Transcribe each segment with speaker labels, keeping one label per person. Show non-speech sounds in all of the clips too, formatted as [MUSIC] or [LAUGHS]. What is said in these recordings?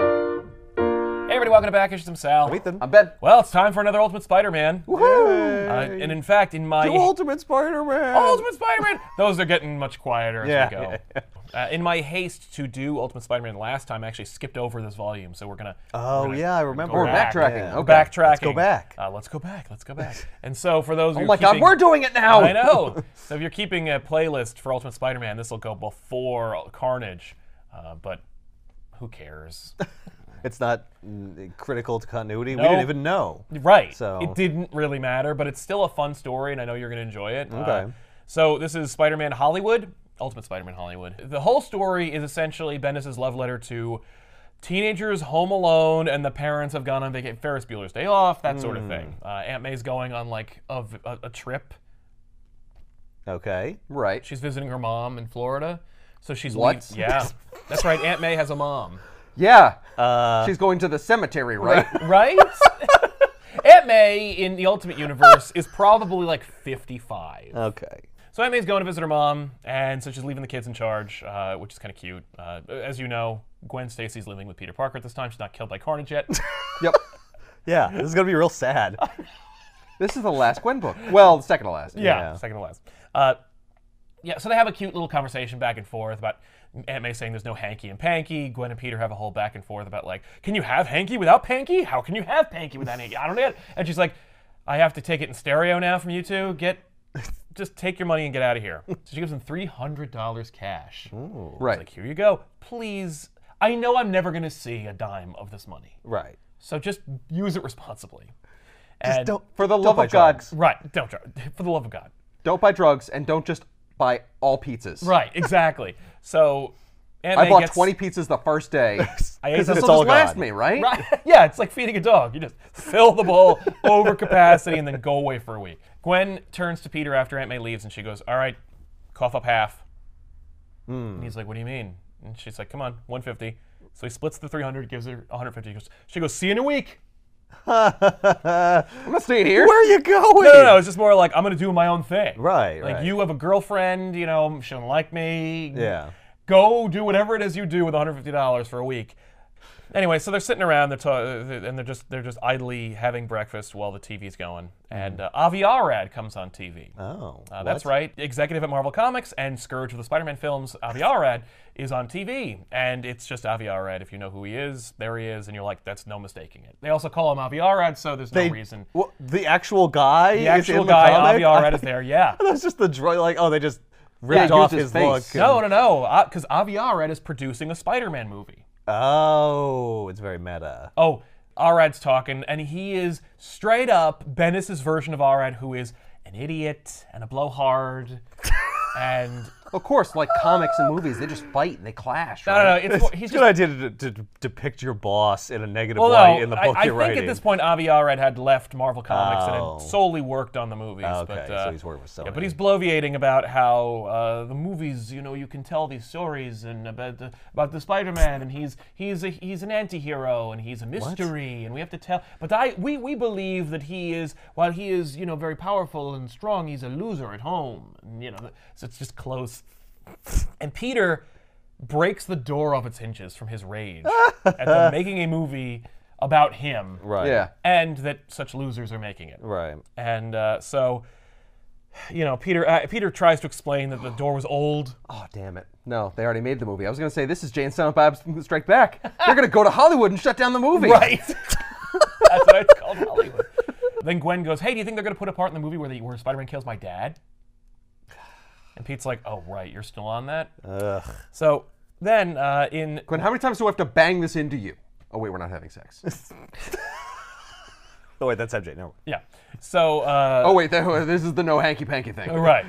Speaker 1: Hey everybody, welcome to Back Issues. I'm Sal.
Speaker 2: I'm Ethan.
Speaker 3: I'm Ben.
Speaker 1: Well, it's time for another Ultimate Spider-Man.
Speaker 2: Woohoo!
Speaker 1: Uh, and in fact, in my Oh,
Speaker 2: The Ultimate Spider-Man.
Speaker 1: Ultimate Spider-Man, those are getting much quieter as
Speaker 2: Yeah,
Speaker 1: we go.
Speaker 2: yeah,
Speaker 1: Uh, in my haste to do Ultimate Spider-Man last time, I actually skipped over this volume, so we're gonna.
Speaker 2: Oh,
Speaker 1: we're gonna
Speaker 2: yeah, I remember.
Speaker 1: go
Speaker 2: We're
Speaker 1: back.
Speaker 3: backtracking,
Speaker 1: We're
Speaker 3: okay.
Speaker 1: Backtracking.
Speaker 2: Let's go back.
Speaker 1: Uh, let's go back. Let's go back. and so for those.
Speaker 3: Oh my God, we're doing it now.
Speaker 1: I know. so if you're keeping a playlist for Ultimate Spider-Man, this will go before Carnage, uh, but who cares?
Speaker 2: It's not mm, critical to continuity. We
Speaker 1: No.
Speaker 2: didn't even know.
Speaker 1: Right.
Speaker 2: So-
Speaker 1: it didn't really matter, but it's still a fun story, and I know you're going to enjoy it. Uh,
Speaker 2: Okay.
Speaker 1: so this is Spider-Man Hollywood, Ultimate Spider-Man Hollywood. The whole story is essentially Bendis' love letter to teenagers home alone, and the parents have gone on vacation, Ferris Bueller's Day Off, that sort
Speaker 2: Hmm.
Speaker 1: of thing. Uh, Aunt May's going on like a, v- a- a trip.
Speaker 2: Okay.
Speaker 3: Right.
Speaker 1: She's visiting her mom in Florida, so she's
Speaker 3: What?
Speaker 1: leav- yeah, that's right. Aunt May has a mom.
Speaker 3: Yeah.
Speaker 2: Uh,
Speaker 3: She's going to the cemetery, right?
Speaker 1: Right? [LAUGHS] Aunt May in the Ultimate Universe is probably like 55.
Speaker 2: okay.
Speaker 1: So Aunt May's going to visit her mom, and so she's leaving the kids in charge, uh, which is kind of cute. Uh, as you know, Gwen Stacy's living with Peter Parker at this time. She's not killed by Carnage yet.
Speaker 3: [LAUGHS]
Speaker 1: [LAUGHS]
Speaker 3: yep.
Speaker 2: Yeah, this is gonna be real sad.
Speaker 3: This is the last Gwen book. Well, the second to last.
Speaker 1: yeah, second to last. Uh, yeah, so they have a cute little conversation back and forth about Aunt May saying there's no hanky and panky. Gwen and Peter have a whole back and forth about like, can you have hanky without panky? How can you have panky without hanky? I don't get it. And she's like, I have to take it in stereo now from you two. Get, just take your money and get out of here. So she gives them three hundred dollars cash.
Speaker 3: Right.
Speaker 1: It's like, here you go. Please, I know I'm never going to see a dime of this money.
Speaker 2: right.
Speaker 1: So just use it responsibly. And
Speaker 2: Don't,
Speaker 3: For the
Speaker 2: don't
Speaker 3: love
Speaker 2: buy
Speaker 3: of God,
Speaker 2: drugs.
Speaker 1: Right. Don't try. [LAUGHS] For the love of God.
Speaker 3: don't buy drugs and don't just buy all pizzas.
Speaker 1: Right. Exactly. so Aunt
Speaker 3: I
Speaker 1: May
Speaker 3: bought
Speaker 1: gets-
Speaker 3: 20 pizzas the first [LAUGHS]
Speaker 1: [LAUGHS] I ate
Speaker 3: day. Because
Speaker 1: them-
Speaker 3: this
Speaker 1: It's
Speaker 3: will
Speaker 2: all
Speaker 3: just last
Speaker 2: gone.
Speaker 3: me, right? [LAUGHS]
Speaker 1: Right. [LAUGHS] Yeah, it's like feeding a dog. You just fill the bowl [LAUGHS] over capacity and then go away for a week. Gwen turns to Peter after Aunt May leaves and she goes, All right, cough up half.
Speaker 3: Hmm.
Speaker 1: And he's like, What do you mean? And she's like, Come on, 150. So he splits the 300, gives her 150. He goes, She goes, See you in a week.
Speaker 3: I'm not staying
Speaker 2: [LAUGHS]
Speaker 3: here.
Speaker 2: Where are you going?
Speaker 1: No, no, no. It's just more like I'm gonna do my own thing.
Speaker 2: Right,
Speaker 1: Like
Speaker 2: right.
Speaker 1: you have a girlfriend. You know, she don't like me.
Speaker 2: Yeah.
Speaker 1: Go do whatever it is you do with $150 for a week. Anyway, so they're sitting around, they're ta- and they're just they're just idly having breakfast while the TV's going,
Speaker 2: Mm-hmm.
Speaker 1: and uh, Avi Arad comes on TV.
Speaker 2: Oh.
Speaker 1: Uh, that's right. Executive at Marvel Comics and Scourge of the Spider-Man films, Avi Arad, is on TV, and it's just Avi Arad. If you know who he is, there he is, and you're like, that's no mistaking it. They also call him Avi Arad, so there's no
Speaker 2: They-
Speaker 1: reason.
Speaker 2: Well, the actual guy.
Speaker 1: The
Speaker 2: is
Speaker 1: actual
Speaker 2: in the
Speaker 1: guy,
Speaker 2: comic?
Speaker 1: Avi Arad, is there. Yeah.
Speaker 2: [LAUGHS] That's just the droid. Like, oh, they just ripped
Speaker 3: used
Speaker 2: off
Speaker 3: his
Speaker 2: his,
Speaker 3: face.
Speaker 2: look. and-
Speaker 1: No, no, no. Because Avi Arad is producing a Spider-Man movie.
Speaker 2: Oh, it's very meta.
Speaker 1: Oh, Arad's talking, and he is straight up Bennis's version of Arad, who is an idiot and a
Speaker 2: [LAUGHS]
Speaker 1: blowhard. and
Speaker 3: Of course, like comics and movies, they just fight and they clash.
Speaker 1: I don't
Speaker 3: right?
Speaker 1: know. It's more- he's
Speaker 2: It's a
Speaker 1: just.
Speaker 2: good idea to, to, to depict your boss in a negative
Speaker 1: Well,
Speaker 2: light
Speaker 1: no,
Speaker 2: in the
Speaker 1: I,
Speaker 2: book
Speaker 1: I
Speaker 2: you're
Speaker 1: think
Speaker 2: writing.
Speaker 1: at this point Avi Arad had left Marvel Comics
Speaker 2: Oh.
Speaker 1: and had solely worked on the movies.
Speaker 2: Okay,
Speaker 1: but,
Speaker 2: so
Speaker 1: uh,
Speaker 2: he's working with
Speaker 1: Yeah, but
Speaker 2: Sony.
Speaker 1: he's bloviating about how uh, the movies, you know, you can tell these stories and about the, about the Spider-Man, and he's he's a, he's an anti-hero and he's a mystery, and we have to tell. But I we we believe that he is while he is you know very powerful and strong, he's a loser at home. And, you know, so it's just close. And Peter breaks the door off its hinges from his rage [LAUGHS] at them making a movie about him,
Speaker 2: right.
Speaker 3: Yeah.
Speaker 1: and that such losers are making it.
Speaker 2: Right.
Speaker 1: And uh, so, you know, Peter uh, Peter tries to explain that the door was old.
Speaker 3: Oh, damn it. No, they already made the movie. I was going to say, this is Jane Silent Bob's Strike Back. They're going to go to Hollywood and shut down
Speaker 1: [LAUGHS]
Speaker 3: the movie.
Speaker 1: That's what it's called, Hollywood. then Gwen goes, "Hey, do you think they're going to put a part in the movie where the, where Spider-Man kills my dad?" And Pete's like, "Oh, right, you're still on that."
Speaker 2: Ugh.
Speaker 1: So then, uh, in
Speaker 3: Gwen, how many times do I have to bang this into you? Oh, wait, we're not having sex.
Speaker 2: Oh wait, that's MJ. No.
Speaker 1: yeah, so uh,
Speaker 3: Oh, wait, that, this is the no hanky panky thing.
Speaker 1: Oh, Right.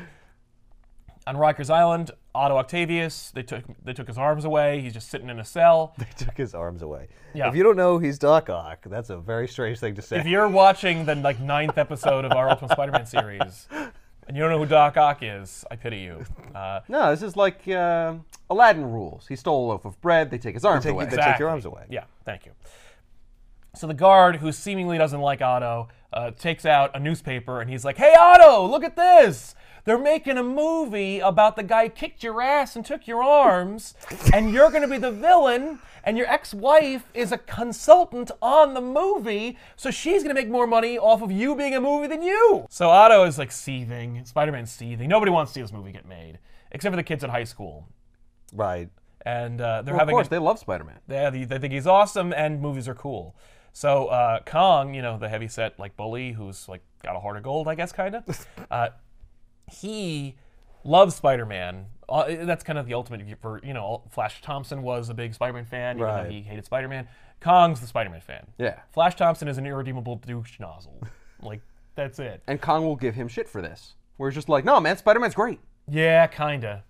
Speaker 1: On Rikers Island, Otto Octavius, they took they took his arms away. He's just sitting in a cell.
Speaker 2: [LAUGHS] He took his arms away.
Speaker 1: Yeah.
Speaker 2: If you don't know he's Doc Ock, that's a very strange thing to say.
Speaker 1: If you're watching the like ninth episode of our Ultimate Spider-Man series, and you don't know who Doc Ock is, I pity you. Uh,
Speaker 3: No, this is like uh, Aladdin rules. He stole a loaf of bread, they take his arms
Speaker 2: take-
Speaker 3: away.
Speaker 2: they- your
Speaker 1: exactly.
Speaker 2: arms away.
Speaker 1: Yeah, thank you. So the guard, who seemingly doesn't like Otto, uh, takes out a newspaper and he's like, "Hey Otto, look at this! They're making a movie about the guy who kicked your ass and took your arms, and you're going to be the villain. And your ex-wife is a consultant on the movie, so she's going to make more money off of you being a movie than you." So Otto is like seething. Spider-Man's seething. Nobody wants to see this movie get made, except for the kids at high school,
Speaker 2: Right.
Speaker 1: and uh, they're
Speaker 3: Of
Speaker 1: having a-
Speaker 3: course, they love Spider-Man.
Speaker 1: yeah, they, they think he's awesome, and movies are cool. So uh, Kong, you know, the heavyset like bully who's like got a heart of gold, I guess, kind of. uh, he loves Spider-Man. Uh, that's kind of the ultimate for you know. Flash Thompson was a big Spider-Man fan, even though
Speaker 2: Right.
Speaker 1: he hated Spider-Man. Kong's the Spider-Man fan.
Speaker 3: Yeah.
Speaker 1: Flash Thompson is an irredeemable douche nozzle. like that's it.
Speaker 3: And Kong will give him shit for this. Where he's just like, no, man, Spider-Man's great.
Speaker 1: Yeah, kinda.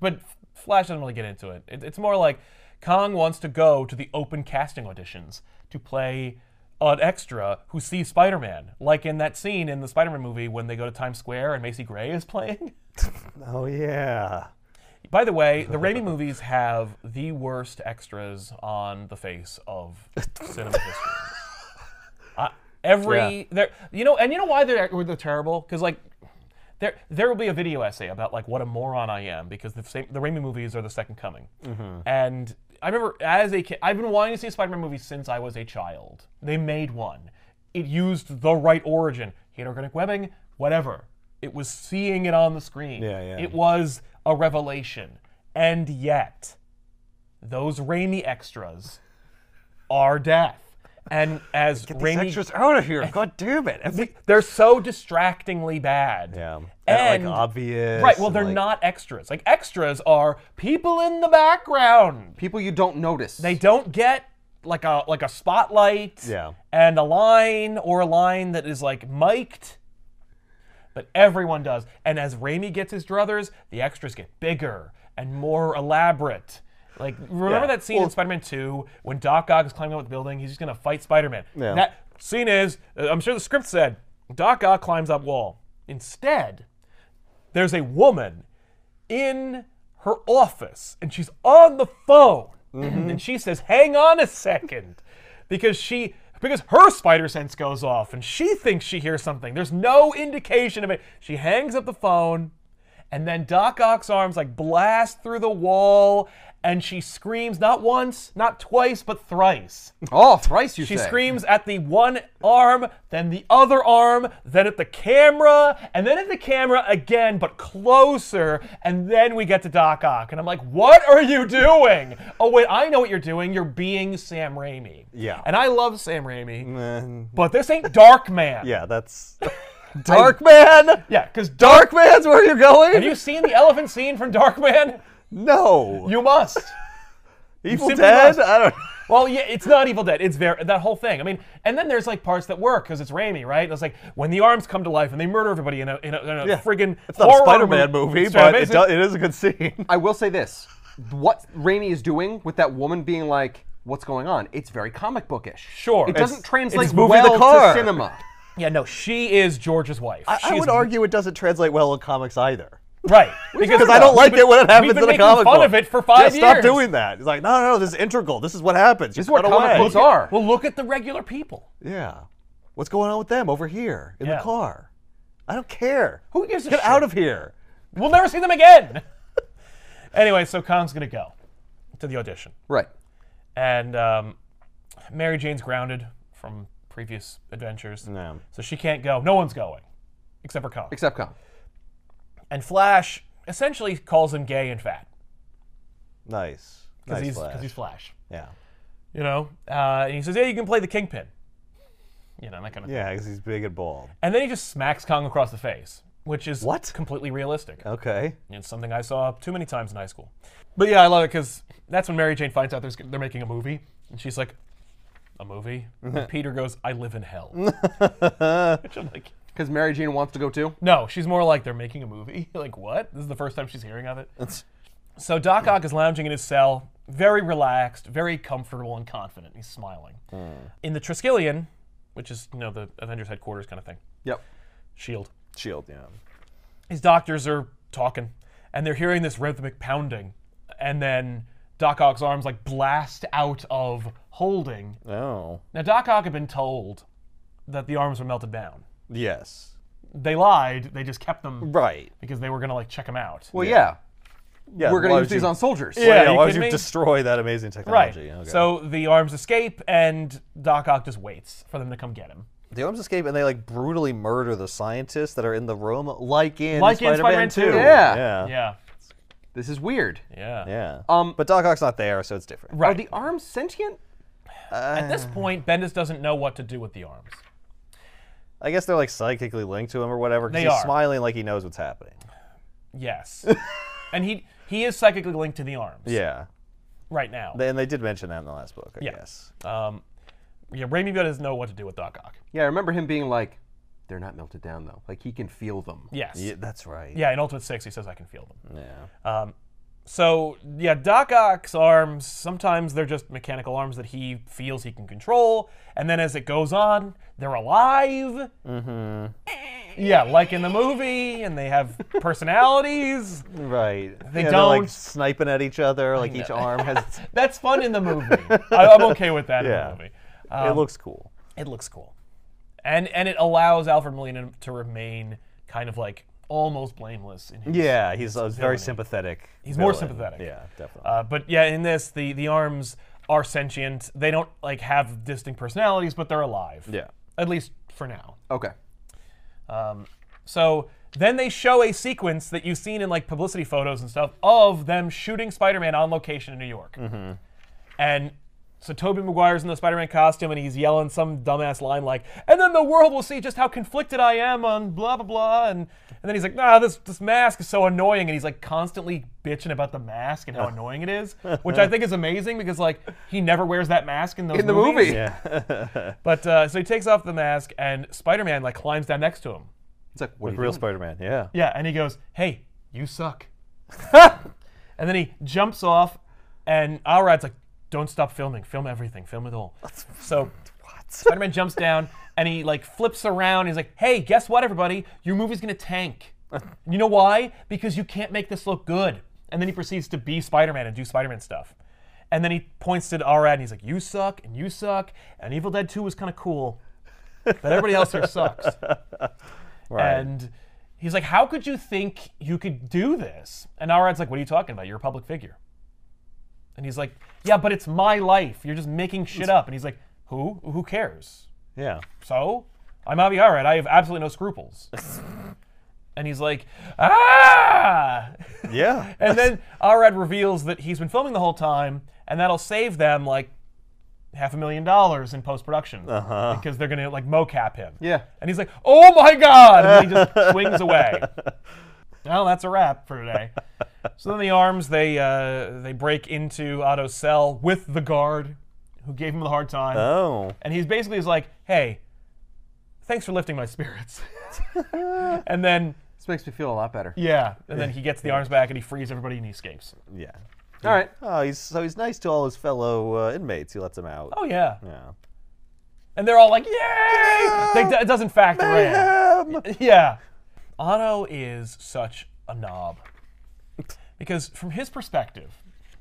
Speaker 1: But Flash doesn't really get into it. it. It's more like Kong wants to go to the open casting auditions to play an extra who sees Spider-Man, like in that scene in the Spider-Man movie when they go to Times Square and Macy Gray is [LAUGHS] playing.
Speaker 2: Oh yeah.
Speaker 1: By the way, the Raimi movies have the worst extras on the face of cinema history. Uh, every there, you know, and you know why they're they're terrible? Because like. There, there will be a video essay about like what a moron I am because the same, the Raimi movies are the second coming,
Speaker 2: Mm-hmm.
Speaker 1: and I remember as a kid I've been wanting to see a Spider-Man movie since I was a child. They made one. It used the right origin, organic webbing, whatever. It was seeing it on the screen.
Speaker 2: Yeah, yeah.
Speaker 1: It was a revelation. And yet, those Raimi extras are death. And as
Speaker 2: Get
Speaker 1: Raimi,
Speaker 2: these extras out
Speaker 1: [LAUGHS]
Speaker 2: of here. God damn it. Every-
Speaker 1: they're so distractingly bad.
Speaker 2: yeah.
Speaker 1: And,
Speaker 2: like obvious.
Speaker 1: Right, well,
Speaker 2: and,
Speaker 1: they're
Speaker 2: like-
Speaker 1: not extras. Like, extras are people in the background.
Speaker 3: People you don't notice.
Speaker 1: They don't get like a like a spotlight
Speaker 2: Yeah.
Speaker 1: and a line or a line that is like mic'd. But everyone does. And as Raimi gets his druthers, the extras get bigger and more elaborate. Like remember
Speaker 2: Yeah.
Speaker 1: that scene in Spider-Man 2 when Doc Ock is climbing up the building, he's just gonna fight Spider-Man.
Speaker 2: Yeah.
Speaker 1: That scene is, uh, I'm sure the script said, Doc Ock climbs up wall. Instead, there's a woman in her office and she's on the phone and she says hang on a second because she because her spider sense goes off and she thinks she hears something there's no indication of it she hangs up the phone and then doc ock's arms like blast through the wall and she screams not once not twice but thrice
Speaker 3: Oh, thrice you
Speaker 1: she
Speaker 3: say.
Speaker 1: screams at the one arm, then the other arm, then at the camera, and then at the camera again, but closer. And then we get to Doc Ock. And I'm like, what are you doing? Oh, wait, I know what you're doing. You're being Sam Raimi.
Speaker 2: Yeah.
Speaker 1: And I love Sam Raimi,
Speaker 2: Man.
Speaker 1: but this ain't Dark Man.
Speaker 2: Yeah,
Speaker 1: [LAUGHS]
Speaker 2: that's Dark Man.
Speaker 1: Yeah, because Dark.
Speaker 2: Dark Man's where you're going?
Speaker 1: Have you seen the elephant scene from Dark Man?
Speaker 2: no.
Speaker 1: You must.
Speaker 2: [LAUGHS] Evil
Speaker 1: simply
Speaker 2: Dead?
Speaker 1: lost.
Speaker 2: I don't
Speaker 1: Well, yeah, it's not Evil Dead. It's very that whole thing. I mean, and then there's like parts that work because it's Raimi, right? It's like when the arms come to life and they murder everybody in a in a, in a
Speaker 2: Yeah.
Speaker 1: friggin'
Speaker 2: It's not a
Speaker 1: horror
Speaker 2: Spider-Man movie,
Speaker 1: It's
Speaker 2: but it,
Speaker 1: amazing.
Speaker 2: do, it is a good scene.
Speaker 3: I will say this: what Raimi is doing with that woman being like, "What's going on?" It's very comic bookish.
Speaker 1: Sure.
Speaker 3: it doesn't
Speaker 2: It's-
Speaker 3: translate
Speaker 2: it's moving the
Speaker 3: well
Speaker 2: car.
Speaker 3: to cinema.
Speaker 1: Yeah, no, she is George's wife.
Speaker 2: I, I
Speaker 1: She's-
Speaker 2: would argue it doesn't translate well in comics either.
Speaker 1: [LAUGHS] right
Speaker 2: [LAUGHS] Because I don't like it when it
Speaker 1: we've
Speaker 2: happens
Speaker 1: been
Speaker 2: in a
Speaker 1: making
Speaker 2: comic
Speaker 1: fun
Speaker 2: book.
Speaker 1: of it for five
Speaker 2: yeah, Stop
Speaker 1: years.
Speaker 2: doing that. It's like, no, no, no, this is integral. This is what happens. This
Speaker 3: is what comic books are.
Speaker 1: Well, look at the regular people.
Speaker 2: Yeah. What's going on with them over here in
Speaker 1: Yeah.
Speaker 2: the car? I don't care.
Speaker 1: Who gives a
Speaker 2: Get
Speaker 1: [LAUGHS] shit?
Speaker 2: out of here.
Speaker 1: We'll never see them again. [LAUGHS] anyway, so Kong's gonna go to the audition.
Speaker 3: Right.
Speaker 1: and um, Mary Jane's grounded from previous adventures,
Speaker 2: No.
Speaker 1: so she can't go. No one's going, except for Kong.
Speaker 3: Except Kong.
Speaker 1: and Flash essentially calls him gay and fat
Speaker 2: Nice.
Speaker 1: because
Speaker 2: Nice
Speaker 1: he's
Speaker 2: flash.
Speaker 1: because he's Flash.
Speaker 2: yeah.
Speaker 1: You know, uh, and he says, "Yeah, you can play the Kingpin." You know, that kind of. thing.
Speaker 2: Yeah, because he's big and bald.
Speaker 1: And then he just smacks Kong across the face, which is
Speaker 2: What?
Speaker 1: completely realistic.
Speaker 2: Okay.
Speaker 1: It's something I saw too many times in high school. But yeah, I love it because that's when Mary Jane finds out there's, they're making a movie, and she's like, "A movie?"
Speaker 2: [LAUGHS]
Speaker 1: And Peter goes, "I live in hell." Which I'm like,
Speaker 3: Because Mary Jane wants to go too.
Speaker 1: no, she's more like they're making a movie. [LAUGHS] like what? This is the first time she's hearing of it. So Doc Ock is lounging in his cell, very relaxed, very comfortable and confident. He's smiling. In the Triskelion, which is you know the Avengers headquarters kind of thing,
Speaker 3: Yep.
Speaker 1: Shield.
Speaker 2: Shield, yeah.
Speaker 1: These doctors are talking and they're hearing this rhythmic pounding and then Doc Ock's arms like blast out of holding.
Speaker 2: Oh.
Speaker 1: Now Doc Ock had been told that the arms were melted down.
Speaker 2: Yes.
Speaker 1: They lied. They just kept them
Speaker 2: Right.
Speaker 1: because they were gonna like check them out.
Speaker 3: Well,
Speaker 2: Yeah.
Speaker 3: yeah.
Speaker 2: Yeah.
Speaker 3: We're going
Speaker 2: why
Speaker 3: to use
Speaker 2: would
Speaker 3: these
Speaker 2: you-
Speaker 3: on soldiers.
Speaker 1: Yeah,
Speaker 2: Yeah,
Speaker 1: you
Speaker 2: why would
Speaker 1: kidding
Speaker 2: you
Speaker 1: me?
Speaker 2: destroy that amazing
Speaker 1: right.
Speaker 2: technology? Oh, Okay.
Speaker 1: So the arms escape, and Doc Ock just waits for them to come get him.
Speaker 2: the arms escape, and they like brutally murder the scientists that are in the room, like in
Speaker 1: Like in Spider-Man
Speaker 2: Spider-Man,
Speaker 1: 2.
Speaker 3: Yeah.
Speaker 2: Yeah. Yeah.
Speaker 1: Yeah.
Speaker 3: This is weird.
Speaker 1: Yeah.
Speaker 3: Um,
Speaker 2: but Doc Ock's not there, so it's different.
Speaker 3: Are
Speaker 1: Right.
Speaker 3: the arms sentient?
Speaker 1: At this point, Bendis doesn't know what to do with the arms.
Speaker 2: I guess they're like psychically linked to him or whatever. 'cause
Speaker 1: They
Speaker 2: he's
Speaker 1: are.
Speaker 2: smiling like he knows what's happening. [LAUGHS]
Speaker 1: Yes. and he he is psychically linked to the arms.
Speaker 2: Yeah.
Speaker 1: Right now.
Speaker 2: They- And they did mention that in the last book, I
Speaker 1: Yeah.
Speaker 2: guess.
Speaker 1: um, yeah. Raimi doesn't know what to do with Doc Ock.
Speaker 3: Yeah, I remember him being like, they're not melted down though. Like he can feel them.
Speaker 1: Yes.
Speaker 2: Yeah, that's right.
Speaker 1: Yeah, in Ultimate Six, he says, "I can feel them."
Speaker 2: Yeah.
Speaker 1: So yeah, Doc Ock's arms sometimes they're just mechanical arms that he feels he can control, and then as it goes on, they're alive. Mm-hmm. Yeah, like in the movie, and they
Speaker 2: [LAUGHS]
Speaker 1: have personalities.
Speaker 2: Right. They They're
Speaker 1: don't-
Speaker 2: like sniping at each other. Like each arm
Speaker 1: [LAUGHS]
Speaker 2: has. its-
Speaker 1: That's fun in the
Speaker 2: [LAUGHS]
Speaker 1: movie. I, I'm okay with that
Speaker 2: Yeah.
Speaker 1: in the movie.
Speaker 2: it looks cool.
Speaker 1: It looks cool, and and it allows Alfred Molina to remain kind of like almost blameless in his
Speaker 2: Yeah, he's a very sympathetic.
Speaker 1: He's more
Speaker 2: villain.
Speaker 1: sympathetic.
Speaker 2: Yeah, definitely.
Speaker 1: Uh, but yeah, in this, the the arms are sentient. They don't like have distinct personalities, but they're alive.
Speaker 2: yeah. [LAUGHS]
Speaker 1: At least for now.
Speaker 3: Okay.
Speaker 1: Um, So then they show a sequence that you've seen in like publicity photos and stuff of them shooting Spider-Man on location in New York.
Speaker 3: Mm-hmm.
Speaker 1: And so Toby Maguire's in the Spider-Man costume and he's yelling some dumbass line like, and then the world will see just how conflicted I am on blah blah blah. And and then he's like, nah, this this mask is so annoying. And he's like constantly bitching about the mask and how annoying it
Speaker 3: [LAUGHS]
Speaker 1: is, which I think is amazing because like he never wears that mask in those
Speaker 3: In the
Speaker 1: movies.
Speaker 3: movie.
Speaker 1: But uh, so he takes off the mask and Spider-Man like climbs down next to him.
Speaker 3: It's like, what are you
Speaker 2: Real
Speaker 3: doing?
Speaker 2: Spider Man,
Speaker 1: [LAUGHS]
Speaker 2: yeah.
Speaker 1: Yeah, and he goes, "Hey, you suck," and then he jumps off, and Alrad's like, "Don't stop filming. Film everything. Film it all." So Spider-Man jumps down, and he like flips around. He's like, "Hey, guess what, everybody? Your movie's gonna tank. you know why? Because you can't make this look good." And then he proceeds to be Spider-Man and do Spider-Man stuff. And then he points to Alrad, and he's like, "You suck, and you suck, and Evil Dead 2 was kind of cool, but everybody else here sucks."
Speaker 2: Right.
Speaker 1: And he's like, How could you think you could do this? And Arad's like, What are you talking about? You're a public figure. And he's like, Yeah, but it's my life. You're just making shit up. And he's like, Who? Who cares?
Speaker 2: yeah.
Speaker 1: So? I'm Avi Arad. I have absolutely no scruples. and he's like, Ah!
Speaker 2: Yeah.
Speaker 1: And then Arad reveals that he's been filming the whole time, and that'll save them like half a million dollars in post production because they're gonna like mocap him.
Speaker 3: Yeah.
Speaker 1: And he's like, "Oh my god!" And then he just swings away. Well, that's a wrap for today. So then the arms they uh, they break into Otto's cell with the guard who gave him the hard time,
Speaker 2: oh.
Speaker 1: and he's basically is like, "Hey, thanks for lifting my spirits." [LAUGHS] and then
Speaker 3: This makes me feel a lot better.
Speaker 1: yeah, and then he gets the arms back and he frees everybody and he escapes.
Speaker 2: Yeah.
Speaker 3: All right.
Speaker 2: Oh, he's so he's nice to all his fellow uh, inmates. He lets them out.
Speaker 1: Oh yeah,
Speaker 2: Yeah.
Speaker 1: and they're all like, "Yay!" They, it doesn't factor in. Yeah. Otto is such a knob. Because from his perspective,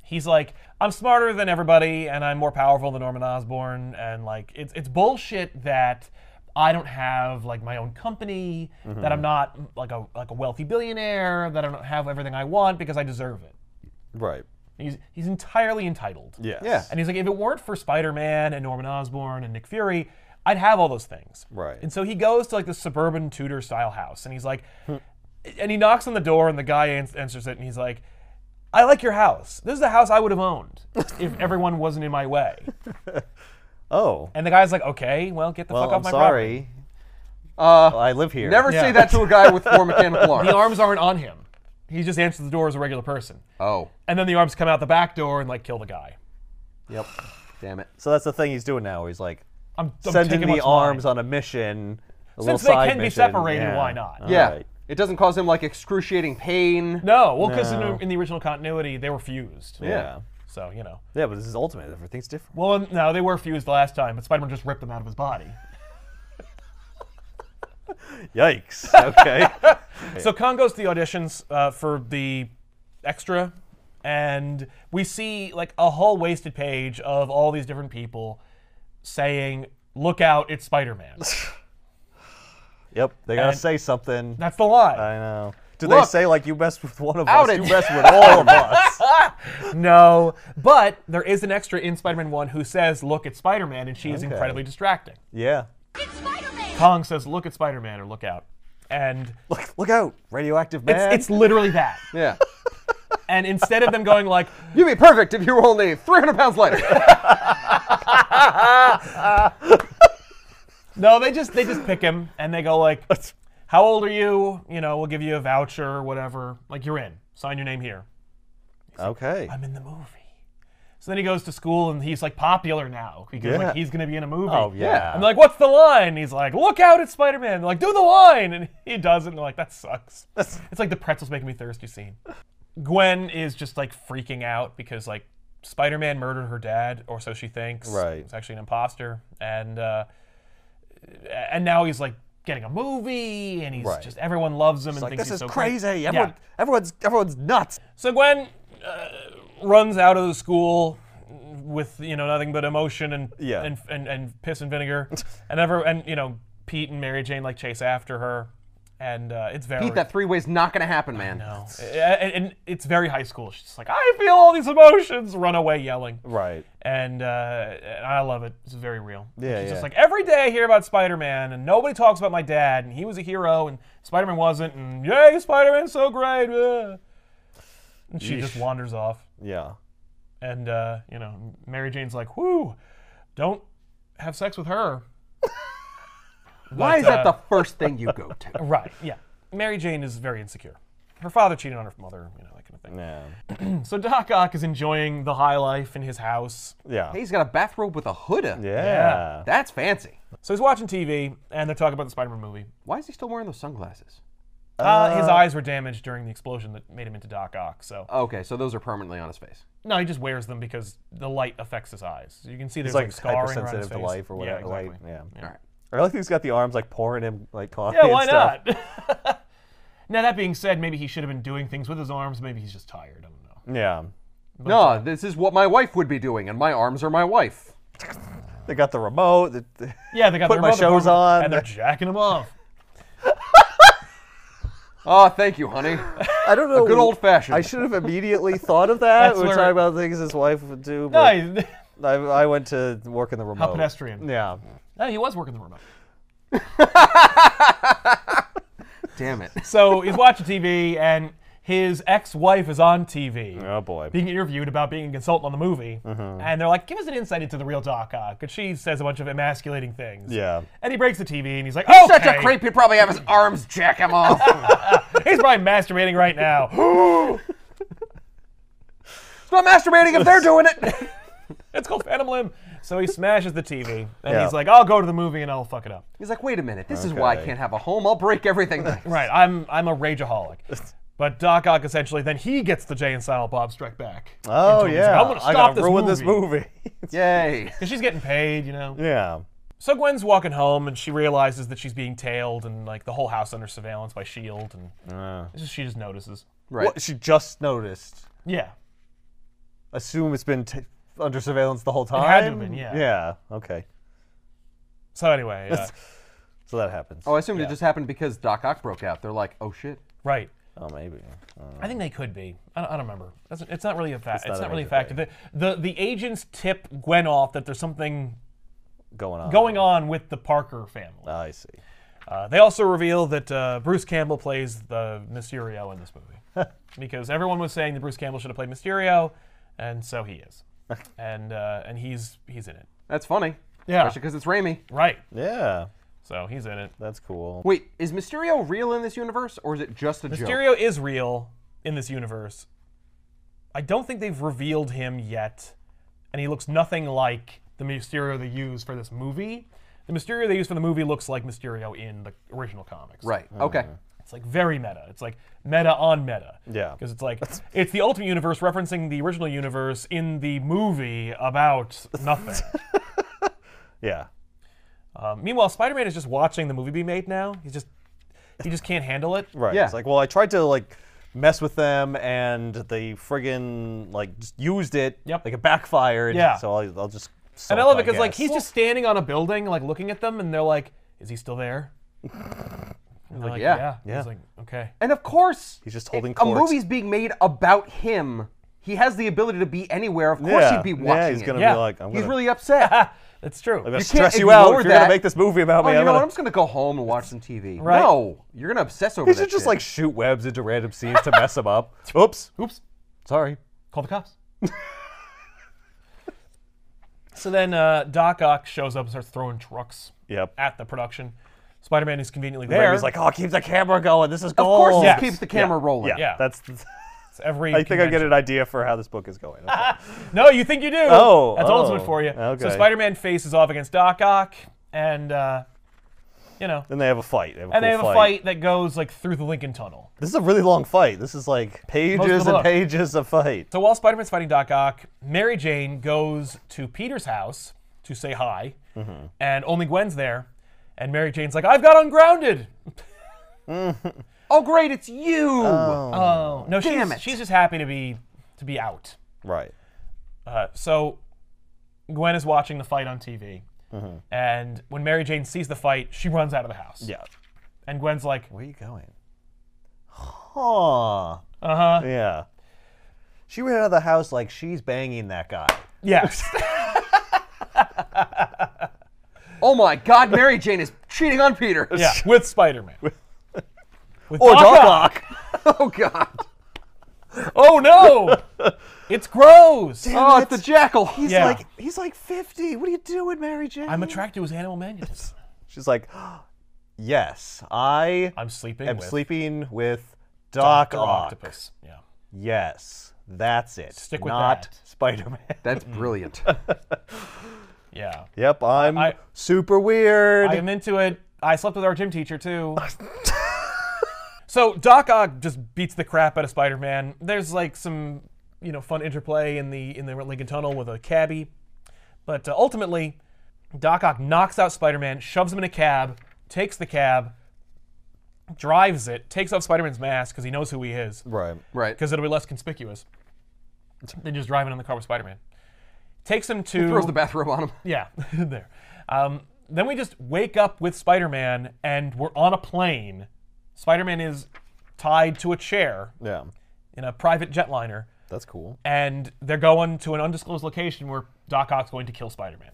Speaker 1: he's like, I'm smarter than everybody and I'm more powerful than Norman Osborn and like it's it's bullshit that I don't have like my own company, that I'm not like a like a wealthy billionaire, that I don't have everything I want because I deserve it.
Speaker 2: Right.
Speaker 1: He's he's entirely entitled.
Speaker 2: Yes.
Speaker 3: Yeah.
Speaker 1: And he's like, if it weren't for Spider-Man and Norman Osborn and Nick Fury, I'd have all those things.
Speaker 2: Right.
Speaker 1: And so he goes to like this suburban Tudor style house, and he's like, and he knocks on the door, and the guy ans- answers it, and he's like, I like your house. This is the house I would have owned
Speaker 2: [LAUGHS]
Speaker 1: if everyone wasn't in my way.
Speaker 2: oh.
Speaker 1: And the guy's like, okay, well, get the
Speaker 2: Well,
Speaker 1: fuck off
Speaker 2: I'm
Speaker 1: my property.
Speaker 2: sorry.
Speaker 3: Uh,
Speaker 2: Well, I live here.
Speaker 3: never
Speaker 1: Yeah.
Speaker 3: say that to a guy with
Speaker 1: [LAUGHS]
Speaker 3: four mechanical arms.
Speaker 1: The arms aren't on him. He just answers the door as a regular person.
Speaker 3: oh,
Speaker 1: And then the arms come out the back door and like kill the guy.
Speaker 2: Yep.
Speaker 3: damn it.
Speaker 2: So that's the thing he's doing now. He's like
Speaker 1: I'm, I'm
Speaker 2: sending
Speaker 1: taking
Speaker 2: the
Speaker 1: what's mine.
Speaker 2: arms on a mission. A little
Speaker 1: Since they
Speaker 2: side
Speaker 1: can be
Speaker 2: mission.
Speaker 1: separated,
Speaker 2: Yeah.
Speaker 1: why not?
Speaker 2: All
Speaker 3: Yeah.
Speaker 2: right.
Speaker 3: It doesn't cause him like excruciating pain.
Speaker 1: No, well, because
Speaker 2: No.
Speaker 1: in, in the original continuity, they were fused.
Speaker 2: Yeah.
Speaker 1: So, you know.
Speaker 2: Yeah, but this is ultimate. Everything's different.
Speaker 1: Well, no, they were fused the last time, but Spider Man just ripped them out of his body.
Speaker 2: Yikes. [LAUGHS] Okay.
Speaker 1: So Khan goes to the auditions uh, for the extra and we see like a whole wasted page of all these different people saying, "Look out, it's Spider-Man."
Speaker 2: Yep, they gotta
Speaker 1: And-
Speaker 2: say something.
Speaker 1: That's the line.
Speaker 2: I know. Do
Speaker 3: Look.
Speaker 2: they say like you messed with one of
Speaker 3: Out
Speaker 2: us?
Speaker 3: it.
Speaker 2: You messed with all
Speaker 1: [LAUGHS]
Speaker 2: of us.
Speaker 1: no, but there is an extra in Spider-Man One who says, "Look at Spider-Man," and she is incredibly distracting.
Speaker 2: Yeah.
Speaker 4: It's Spider-Man!
Speaker 1: Kong says, "Look at Spider-Man" or "Look out," and
Speaker 2: Look, look out, radioactive man.
Speaker 1: it's, it's literally that.
Speaker 3: Yeah.
Speaker 1: And instead of them going like,
Speaker 3: You'd be perfect if you were only 300
Speaker 1: [LAUGHS]
Speaker 3: pounds lighter.
Speaker 1: No, they just they just pick him and they go like, "How old are you? You know, we'll give you a voucher or whatever. Like you're in. Sign your name here."
Speaker 2: okay.
Speaker 1: I'm in the movie. So then he goes to school and he's like popular now because
Speaker 2: Yeah.
Speaker 1: like he's gonna be in a movie.
Speaker 2: Oh yeah.
Speaker 1: I'm like, "What's the line?" He's like, "Look out, it's Spider-Man." They're like, "Do the line," and [LAUGHS] he does it. And they're like, "That sucks." it's like the pretzels making me thirsty scene. Gwen is just like freaking out because like Spider-Man murdered her dad, or so she thinks.
Speaker 2: Right.
Speaker 1: It's actually an imposter, and uh, and now he's like getting a movie, and he's
Speaker 2: Right.
Speaker 1: just everyone loves him and
Speaker 2: Like,
Speaker 1: thinks
Speaker 2: this
Speaker 1: he's
Speaker 2: is
Speaker 1: so great.
Speaker 2: crazy. Everyone,
Speaker 1: Yeah.
Speaker 2: everyone's, everyone's nuts.
Speaker 1: So Gwen uh, runs out of the school with you know nothing but emotion and
Speaker 2: Yeah.
Speaker 1: and, and and piss and vinegar, and ever and you know Pete and Mary Jane like chase after her, and uh, it's very
Speaker 3: Eat that three ways not gonna happen,
Speaker 1: [LAUGHS]
Speaker 3: man.
Speaker 1: no, and, and it's very high school. She's just like I feel all these emotions, run away yelling,
Speaker 2: Right.
Speaker 1: and, uh, and I love it. It's very real.
Speaker 2: Yeah,
Speaker 1: She's
Speaker 2: yeah.
Speaker 1: just like every day I hear about Spider-Man, and nobody talks about my dad, and he was a hero, and Spider-Man wasn't, and yay, Spider-Man's so great. uh. And she just
Speaker 2: Yeesh.
Speaker 1: wanders off.
Speaker 2: Yeah.
Speaker 1: And uh, you know, Mary Jane's like, "Whoo, don't have sex with her."
Speaker 3: Why is
Speaker 1: uh,
Speaker 3: that the first thing you go
Speaker 1: [LAUGHS]
Speaker 3: to?
Speaker 1: right? Yeah. Mary Jane is very insecure. Her father cheated on her mother, you know, that kind of thing.
Speaker 2: Yeah.
Speaker 1: So Doc Ock is enjoying the high life in his house.
Speaker 2: Yeah.
Speaker 3: He's got a bathrobe with a hood up.
Speaker 2: Yeah.
Speaker 3: That's fancy.
Speaker 1: So he's watching TV, and they're talking about the Spider-Man movie.
Speaker 3: Why is he still wearing those sunglasses?
Speaker 1: Uh, Uh, his eyes were damaged during the explosion that made him into Doc Ock. So
Speaker 3: Okay, so those are permanently on his face.
Speaker 1: no, he just wears them because the light affects his eyes. So you can see there's
Speaker 2: He's like
Speaker 1: scarring around his
Speaker 2: hypersensitive to
Speaker 1: face.
Speaker 2: life or whatever.
Speaker 1: Yeah, exactly.
Speaker 2: light.
Speaker 1: [LAUGHS]
Speaker 2: Yeah.
Speaker 3: All right.
Speaker 2: I like that he's got the arms like pouring him like coffee.
Speaker 1: Yeah,
Speaker 2: and
Speaker 1: why
Speaker 2: stuff.
Speaker 1: not? [LAUGHS] now that being said, maybe he should have been doing things with his arms. Maybe he's just tired. I don't know.
Speaker 2: Yeah.
Speaker 3: No, this is what my wife would be doing, and my arms are my wife.
Speaker 2: They got the remote. The, the-
Speaker 1: Yeah, they got
Speaker 2: Put
Speaker 1: their
Speaker 2: my
Speaker 1: mother
Speaker 2: shows
Speaker 1: on,
Speaker 2: on.
Speaker 1: and they're jacking him
Speaker 2: [LAUGHS]
Speaker 1: off.
Speaker 3: Oh, thank you, honey.
Speaker 2: I don't know.
Speaker 3: Good old fashioned.
Speaker 2: Oh, I should have immediately thought of that.
Speaker 1: That's
Speaker 2: We're
Speaker 1: where-
Speaker 2: talking about things his wife would do.
Speaker 1: No,
Speaker 2: But
Speaker 1: he,
Speaker 2: I, I went to work in the remote.
Speaker 1: [LAUGHS] pedestrian.
Speaker 2: Yeah.
Speaker 1: no, he was working the remote.
Speaker 3: Damn it.
Speaker 1: So he's watching TV, and his ex-wife is on TV.
Speaker 2: Oh boy.
Speaker 1: Being interviewed about being a consultant on the movie,
Speaker 2: Mm-hmm.
Speaker 1: and they're like, "Give us an insight into the real Doc Ock," because she says a bunch of emasculating things.
Speaker 2: Yeah.
Speaker 1: And he breaks the TV, and he's like, "Oh,
Speaker 3: [LAUGHS] Such a creep, he'd probably have his arms jack him
Speaker 2: [LAUGHS]
Speaker 3: off. it's
Speaker 1: [LAUGHS] He's probably masturbating right now. [GASPS]
Speaker 3: not
Speaker 2: [LAUGHS]
Speaker 3: masturbating if they're doing it. [LAUGHS]
Speaker 1: it's called Phantom Limb." So he smashes the TV, and
Speaker 2: Yeah.
Speaker 1: he's like, "I'll go to the movie and I'll fuck it up."
Speaker 3: He's like, wait a minute, this is why I
Speaker 2: Okay.
Speaker 3: can't have a home. I'll
Speaker 2: [LAUGHS]
Speaker 3: break everything.
Speaker 1: Right, I'm I'm a rageaholic. But Doc Ock essentially then he gets the Jay and Silent Bob Strike back.
Speaker 2: Oh
Speaker 1: Into it. He's
Speaker 2: yeah.
Speaker 1: like, I'm gonna
Speaker 2: I
Speaker 1: stop
Speaker 2: gotta
Speaker 1: this
Speaker 2: ruin
Speaker 1: movie.
Speaker 2: this movie. [LAUGHS]
Speaker 3: Yay.
Speaker 1: Because she's getting paid, you know.
Speaker 2: yeah.
Speaker 1: So Gwen's walking home and she realizes that she's being tailed and like the whole house under surveillance by Shield E and
Speaker 2: Ah.
Speaker 1: it's just- she just notices.
Speaker 3: Right.
Speaker 2: What she just noticed.
Speaker 1: Yeah.
Speaker 2: Assume it's been t- under surveillance the whole time.
Speaker 1: to have been, yeah.
Speaker 2: Yeah. Okay.
Speaker 1: So anyway,
Speaker 2: [LAUGHS]
Speaker 1: uh,
Speaker 2: So that happens.
Speaker 3: Oh, I assumed it just happened because Doc Ock broke out. They're like, oh shit.
Speaker 1: right.
Speaker 2: Oh, maybe. Uh,
Speaker 1: I think they could be. I don't, I don't remember. That's, it's not really a fact. It's,
Speaker 2: not a
Speaker 1: not really a
Speaker 2: major
Speaker 1: factor. The, the the agents tip Gwen off that there's something
Speaker 2: going on. Ah,
Speaker 1: going on with the Parker family.
Speaker 2: I see.
Speaker 1: Uh, they also reveal that uh, Bruce Campbell plays the Mysterio in this movie because everyone was saying that Bruce Campbell should have played Mysterio, and so he is, and uh, and he's he's in it.
Speaker 3: That's funny.
Speaker 1: Yeah.
Speaker 3: Especially because it's Raimi.
Speaker 1: Right.
Speaker 2: Yeah.
Speaker 1: So he's in it.
Speaker 2: That's cool.
Speaker 3: Wait, is Mysterio real in this universe, or is it just a joke?
Speaker 1: Mysterio is real in this universe. I don't think they've revealed him yet, and he looks nothing like the Mysterio they use for this movie. The Mysterio they use for the movie looks like Mysterio in the original comics.
Speaker 3: Right. Okay.
Speaker 1: It's like very meta. It's like meta on meta.
Speaker 2: Yeah.
Speaker 1: Because it's like it's the Ultimate Universe referencing the original universe in the movie about nothing.
Speaker 2: Yeah.
Speaker 1: um, meanwhile, Spider-Man is just watching the movie be made now. He's just he just can't handle it.
Speaker 2: Right.
Speaker 3: Yeah.
Speaker 2: It's like, well, I tried to like mess with them, and they friggin' like just used it.
Speaker 1: Yep.
Speaker 2: Like it backfired.
Speaker 1: Yeah.
Speaker 2: So I'll, I'll just.
Speaker 1: And I
Speaker 2: sulk,
Speaker 1: love it because like
Speaker 2: guess.
Speaker 1: he's just standing on a building, like looking at them, and they're like, "Is he still there?" And they're like,
Speaker 3: "Yeah,
Speaker 1: yeah. He's like, "Okay."
Speaker 3: And of course,
Speaker 2: He's just holding
Speaker 3: a
Speaker 2: court.
Speaker 3: movie's being made about him. He has the ability to be anywhere. Of course,
Speaker 2: yeah.
Speaker 3: he'd be watching
Speaker 2: Yeah, he's
Speaker 3: it.
Speaker 2: gonna
Speaker 1: Yeah.
Speaker 2: be like, I'm
Speaker 3: He's
Speaker 2: gonna, [LAUGHS]
Speaker 3: really upset.
Speaker 1: That's true.
Speaker 2: I'm gonna
Speaker 3: you can't
Speaker 2: stress you out.
Speaker 3: ignore
Speaker 2: If you're gonna
Speaker 3: that.
Speaker 2: make this movie about
Speaker 3: oh,
Speaker 2: me.
Speaker 3: you
Speaker 2: I'm
Speaker 3: know what?
Speaker 2: gonna.
Speaker 3: I'm just gonna go home and watch some TV.
Speaker 1: Right.
Speaker 3: No, you're gonna obsess
Speaker 2: [LAUGHS]
Speaker 3: over
Speaker 2: He
Speaker 3: that
Speaker 2: should just
Speaker 3: shit.
Speaker 2: like shoot webs into random scenes to mess him
Speaker 3: [LAUGHS]
Speaker 2: up. Oops.
Speaker 1: Oops.
Speaker 2: Sorry.
Speaker 1: Call the cops. so then uh, Doc Ock shows up and starts throwing trucks
Speaker 2: Yep.
Speaker 1: at the production. Spider Man is conveniently
Speaker 2: There.
Speaker 1: there.
Speaker 2: He's like, oh, keep the camera going. This is
Speaker 3: Of
Speaker 2: gold.
Speaker 3: course,
Speaker 1: Yes.
Speaker 3: he keeps the camera rolling.
Speaker 2: Yeah.
Speaker 1: Yeah.
Speaker 2: That's.
Speaker 1: It's every
Speaker 2: I think I get
Speaker 1: convention.
Speaker 2: an idea for how this book is going. Okay.
Speaker 1: No, you think you do.
Speaker 2: Oh,
Speaker 1: That's
Speaker 2: oh,
Speaker 1: ultimate for you. So
Speaker 2: okay.
Speaker 1: Spider Man faces off against Doc Ock, and, uh, you know.
Speaker 2: Then they have a fight. They have
Speaker 1: [LAUGHS]
Speaker 2: a
Speaker 1: And they
Speaker 2: cool
Speaker 1: have a fight that goes, like, through the Lincoln Tunnel.
Speaker 2: This is a really long fight. This is like pages and
Speaker 1: book.
Speaker 2: pages of fight.
Speaker 1: So while Spider Man's fighting Doc Ock, Mary Jane goes to Peter's house to say hi,
Speaker 2: Mm-hmm.
Speaker 1: and only Gwen's there. And Mary Jane's like, I've got ungrounded.
Speaker 3: Oh, great, it's you.
Speaker 1: Oh no, she's,
Speaker 3: Damn it.
Speaker 1: she's just happy to be to be out.
Speaker 2: Right.
Speaker 1: Uh, so Gwen is watching the fight on TV, and when Mary Jane sees the fight, she runs out of the house.
Speaker 2: Yeah.
Speaker 1: And Gwen's like,
Speaker 2: Where are you going? Huh.
Speaker 1: uh huh,
Speaker 2: Yeah. She ran out of the house like she's banging that guy.
Speaker 1: yes.
Speaker 3: Oh my God, Mary Jane is cheating on Peter.
Speaker 1: yeah, with Spider Man. [LAUGHS] With
Speaker 2: Or
Speaker 1: Doc Ock. [LAUGHS]
Speaker 2: Doc Ock.
Speaker 3: [LAUGHS] Oh God.
Speaker 1: Oh no! it's gross!
Speaker 3: Oh, it's the jackal.
Speaker 2: He's
Speaker 1: Yeah.
Speaker 2: like he's like 50. What are you doing, Mary Jane?
Speaker 1: I'm attracted to his animal magnetism.
Speaker 2: She's like, yes, I
Speaker 1: I'm sleeping
Speaker 2: am
Speaker 1: with
Speaker 2: sleeping with Doc
Speaker 1: Dr.
Speaker 2: Ock.
Speaker 1: Octopus. Yeah.
Speaker 2: Yes, that's it.
Speaker 1: Stick with
Speaker 2: Not
Speaker 1: that.
Speaker 2: Spider-Man. [LAUGHS]
Speaker 3: That's brilliant.
Speaker 1: Yeah.
Speaker 2: Yep, I'm
Speaker 1: I-
Speaker 2: super weird.
Speaker 1: I am into it. I slept with our gym teacher
Speaker 3: [LAUGHS]
Speaker 1: too. so Doc Ock just beats the crap out of Spider-Man. There's like some, you know, fun interplay in the in the Lincoln Tunnel with a cabbie, but uh, ultimately, Doc Ock knocks out Spider-Man, shoves him in a cab, takes the cab, drives it, takes off Spider-Man's mask because he knows who he is
Speaker 2: right.
Speaker 3: right.
Speaker 1: because it'll be less conspicuous than just driving in the car with Spider-Man. Takes him to
Speaker 3: Throws the bathrobe on him.
Speaker 1: yeah, [LAUGHS] there. Um, then we just wake up with Spider Man and we're on a plane. Spider Man is tied to a chair
Speaker 2: Yeah.
Speaker 1: in a private jetliner,
Speaker 2: That's cool.
Speaker 1: and they're going to an undisclosed location where Doc Ock's going to kill Spider Man.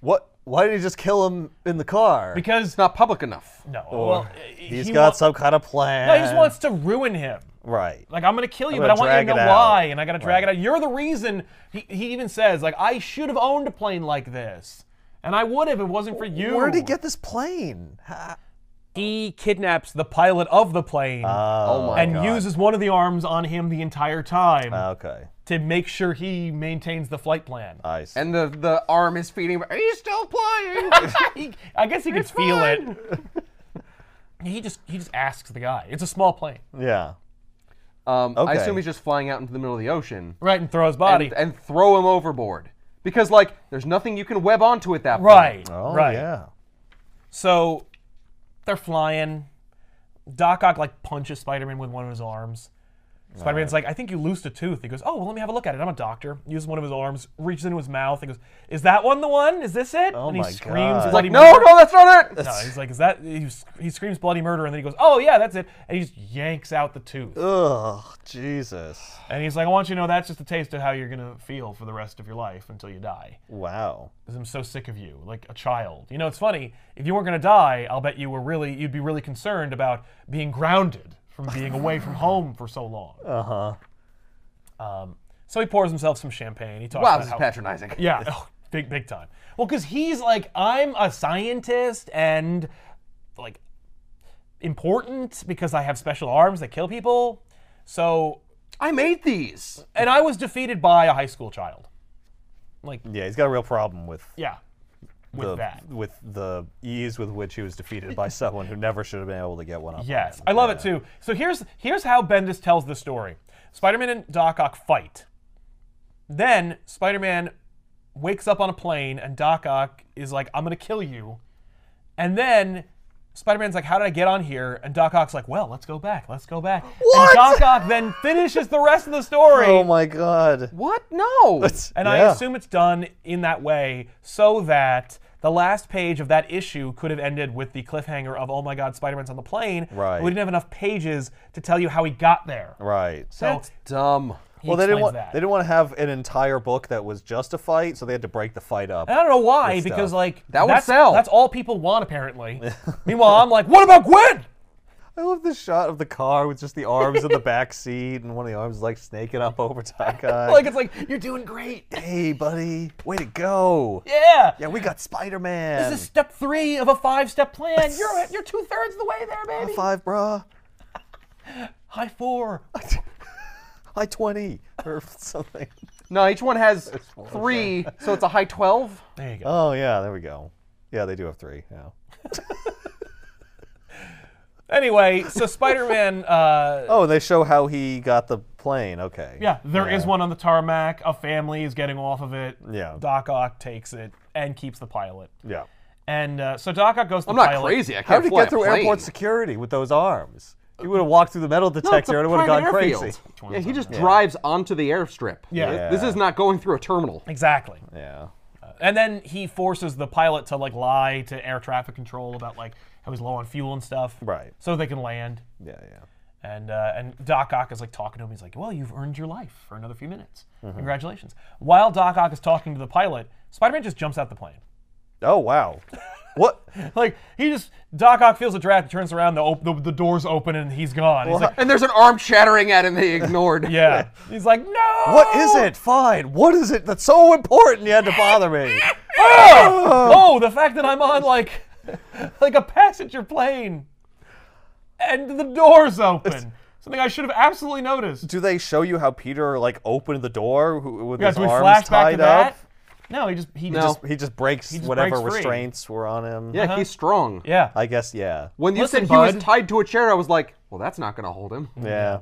Speaker 2: What? Why did he just kill him in the car?
Speaker 1: Because,
Speaker 3: It's not public enough.
Speaker 1: no, well,
Speaker 2: He's
Speaker 1: he
Speaker 2: got
Speaker 1: wa-
Speaker 2: some kind of plan.
Speaker 1: No, he just wants to ruin him.
Speaker 2: Right.
Speaker 1: Like, I'm going to kill you,
Speaker 2: I'm
Speaker 1: but I
Speaker 2: gonna
Speaker 1: want you to
Speaker 2: drag it
Speaker 1: know
Speaker 2: out.
Speaker 1: why, and I got to drag it out. You're the reason, he, he even says, like, I should have owned a plane like this. And I would have, if it wasn't for you.
Speaker 2: Where did he get this plane? Ha-
Speaker 1: he kidnaps the pilot of the plane
Speaker 2: Ah.
Speaker 3: oh my
Speaker 1: and
Speaker 3: God.
Speaker 1: uses one of the arms on him the entire time
Speaker 2: Ah, Okay.
Speaker 1: to make sure he maintains the flight plan.
Speaker 2: I see.
Speaker 3: and the the arm is feeding. him, Are you still playing?
Speaker 1: [LAUGHS]
Speaker 2: [LAUGHS]
Speaker 1: He- I guess he could feel it. [LAUGHS] he just he just asks the guy. It's a small plane,
Speaker 2: yeah.
Speaker 3: um, I
Speaker 2: Okay.
Speaker 3: assume he's just flying out into the middle of the ocean
Speaker 1: right? And throw his body.
Speaker 3: and, and throw him overboard because like there's nothing you can web onto at that point.
Speaker 1: right.
Speaker 2: Oh,
Speaker 1: right.
Speaker 2: yeah.
Speaker 1: So they're flying. Doc Ock like punches Spider-Man with one of his arms. Spider-Man's like, I think you loosed a tooth. He goes, Oh, well, let me have a look at it. I'm a doctor. Uses one of his arms, reaches into his mouth, and goes, Is that one the one? Is this it?
Speaker 2: Oh
Speaker 1: and he
Speaker 2: my
Speaker 1: screams
Speaker 2: God.
Speaker 1: bloody
Speaker 3: Like no,
Speaker 1: murder.
Speaker 3: no, that's not it.
Speaker 1: No, he's like, Is that? He, s- he screams bloody murder, and then he goes, Oh yeah, that's it. And he just yanks out the tooth.
Speaker 2: Ugh. Jesus.
Speaker 1: And he's like, I want you to know that's just a taste of how you're gonna feel for the rest of your life until you die.
Speaker 2: Wow.
Speaker 1: Because I'm so sick of you, like a child. You know, it's funny. If you weren't gonna die, I'll bet you were really, you'd be really concerned about being grounded from being away
Speaker 3: [LAUGHS]
Speaker 1: from home for so long. Uh huh.
Speaker 3: Uh-huh.
Speaker 1: Um, so he pours himself some champagne. He talks
Speaker 3: Wow,
Speaker 1: about
Speaker 3: this is
Speaker 1: how,
Speaker 3: patronizing.
Speaker 1: yeah, oh, big big time. Well, because he's like, I'm a scientist and like important because I have special arms that kill people. So,
Speaker 3: I made
Speaker 1: [LAUGHS]
Speaker 3: these.
Speaker 1: and I was defeated by a high school child. Like,
Speaker 2: Yeah, he's got a real problem with
Speaker 1: yeah, with
Speaker 2: the
Speaker 1: that.
Speaker 2: with the ease with which he was
Speaker 1: [LAUGHS]
Speaker 2: defeated by someone who never should have been able to get one up. on
Speaker 1: Yes,
Speaker 2: him.
Speaker 1: I love it too. So here's here's how Bendis tells the story. Spider-Man and Doc Ock fight. Then Spider-Man wakes up on a plane and Doc Ock is like, "I'm gonna kill you," and then Spider-Man's like, "How did I get on here?" And Doc Ock's like, "Well, let's go back. Let's go back."
Speaker 2: What?
Speaker 1: And Doc Ock then finishes the rest of the story.
Speaker 2: Oh my god.
Speaker 3: What? No.
Speaker 1: and I
Speaker 2: Yeah.
Speaker 1: assume it's done in that way so that the last page of that issue could have ended with the cliffhanger of "Oh my God, Spider-Man's on the plane."
Speaker 2: Right.
Speaker 1: But we didn't have enough pages to tell you how he got there.
Speaker 2: Right.
Speaker 1: So
Speaker 3: That's dumb.
Speaker 1: he
Speaker 2: well, they didn't
Speaker 1: explains
Speaker 2: want
Speaker 1: that.
Speaker 2: they didn't want to have an entire book that was just a fight, so they had to break the fight up.
Speaker 1: And I don't know why,
Speaker 2: Good
Speaker 1: because
Speaker 2: stuff.
Speaker 1: like
Speaker 3: That would
Speaker 1: that's,
Speaker 3: sell.
Speaker 1: That's all people want
Speaker 2: [LAUGHS]
Speaker 1: apparently. Meanwhile, I'm like, what about Gwen?
Speaker 2: I love the shot of the car with just the arms in the back seat, and one of the arms is, like snaking up over
Speaker 1: [LAUGHS]
Speaker 2: Doc Ock.
Speaker 3: Like it's like you're doing great.
Speaker 2: hey, buddy, way to go!
Speaker 1: Yeah.
Speaker 2: Yeah, we got Spider Man.
Speaker 1: This is step three of a five-step plan.
Speaker 2: [LAUGHS]
Speaker 1: You're you're two thirds the way there, baby.
Speaker 2: five, bruh.
Speaker 1: High
Speaker 2: [LAUGHS]
Speaker 1: four.
Speaker 2: High twenty [LAUGHS] or something.
Speaker 3: No, each one has three, so it's a
Speaker 1: [LAUGHS]
Speaker 3: high twelve.
Speaker 1: There you go.
Speaker 2: Oh yeah, there we go. Yeah, they do have three
Speaker 1: Uh,
Speaker 2: now.
Speaker 1: Anyway, so Spider-Man. Uh,
Speaker 2: Oh, and they show how he got the plane. Okay.
Speaker 1: Yeah, there is one on the tarmac. A family is getting off of it.
Speaker 2: Yeah.
Speaker 1: Doc Ock takes it and keeps the pilot.
Speaker 2: Yeah.
Speaker 1: And uh, so Doc Ock goes to
Speaker 3: I'm
Speaker 1: the
Speaker 3: not
Speaker 1: pilot.
Speaker 3: crazy. I can't
Speaker 2: How did he
Speaker 3: fly
Speaker 2: get
Speaker 3: a
Speaker 2: through
Speaker 3: plane.
Speaker 2: airport security with those arms? He would have walked through the metal
Speaker 3: No, it's
Speaker 2: detector
Speaker 3: a
Speaker 2: and it would have gone
Speaker 3: private airfield.
Speaker 2: crazy.
Speaker 3: Yeah, he just drives onto the airstrip.
Speaker 1: Yeah.
Speaker 2: Yeah.
Speaker 3: This is not going through a terminal.
Speaker 1: Exactly.
Speaker 2: Yeah.
Speaker 1: And then he forces the pilot to like lie to air traffic control about like how he's low on fuel and stuff.
Speaker 2: Right.
Speaker 1: So they can land.
Speaker 2: Yeah, yeah.
Speaker 1: And uh, and Doc Ock is like talking to him. He's like, "Well, you've earned your life for another few minutes.
Speaker 2: Mm-hmm.
Speaker 1: Congratulations." While Doc Ock is talking to the pilot, Spider-Man just jumps out the plane. [LAUGHS]
Speaker 2: Oh wow. what?
Speaker 1: Like he just Doc Ock feels a draft, turns around, the, op- the the doors open, and he's gone. he's like,
Speaker 3: And there's an arm shattering at him that he
Speaker 1: [LAUGHS]
Speaker 3: ignored.
Speaker 1: Yeah. He's like, no.
Speaker 2: What is
Speaker 1: Oh.
Speaker 2: it? Fine. What is it that's so important you had to bother me?
Speaker 1: Oh, the fact that I'm on like, [LAUGHS] like a passenger plane, and the doors open. Something I should have absolutely noticed.
Speaker 2: Do they show you how Peter like opened the door who- with
Speaker 1: You guys,
Speaker 2: his
Speaker 1: we
Speaker 2: arms
Speaker 1: flash back
Speaker 2: tied
Speaker 1: to
Speaker 2: up?
Speaker 1: that. No, he just he
Speaker 3: No.
Speaker 1: just
Speaker 2: He just breaks
Speaker 1: just
Speaker 2: whatever
Speaker 1: breaks free.
Speaker 2: restraints were on him.
Speaker 3: Yeah, he's strong.
Speaker 1: Uh-huh. yeah.
Speaker 2: I guess yeah.
Speaker 3: When you
Speaker 1: Listen,
Speaker 3: said he
Speaker 1: bud.
Speaker 3: was tied to a chair, I was like, well, that's not going to hold him.
Speaker 2: Yeah.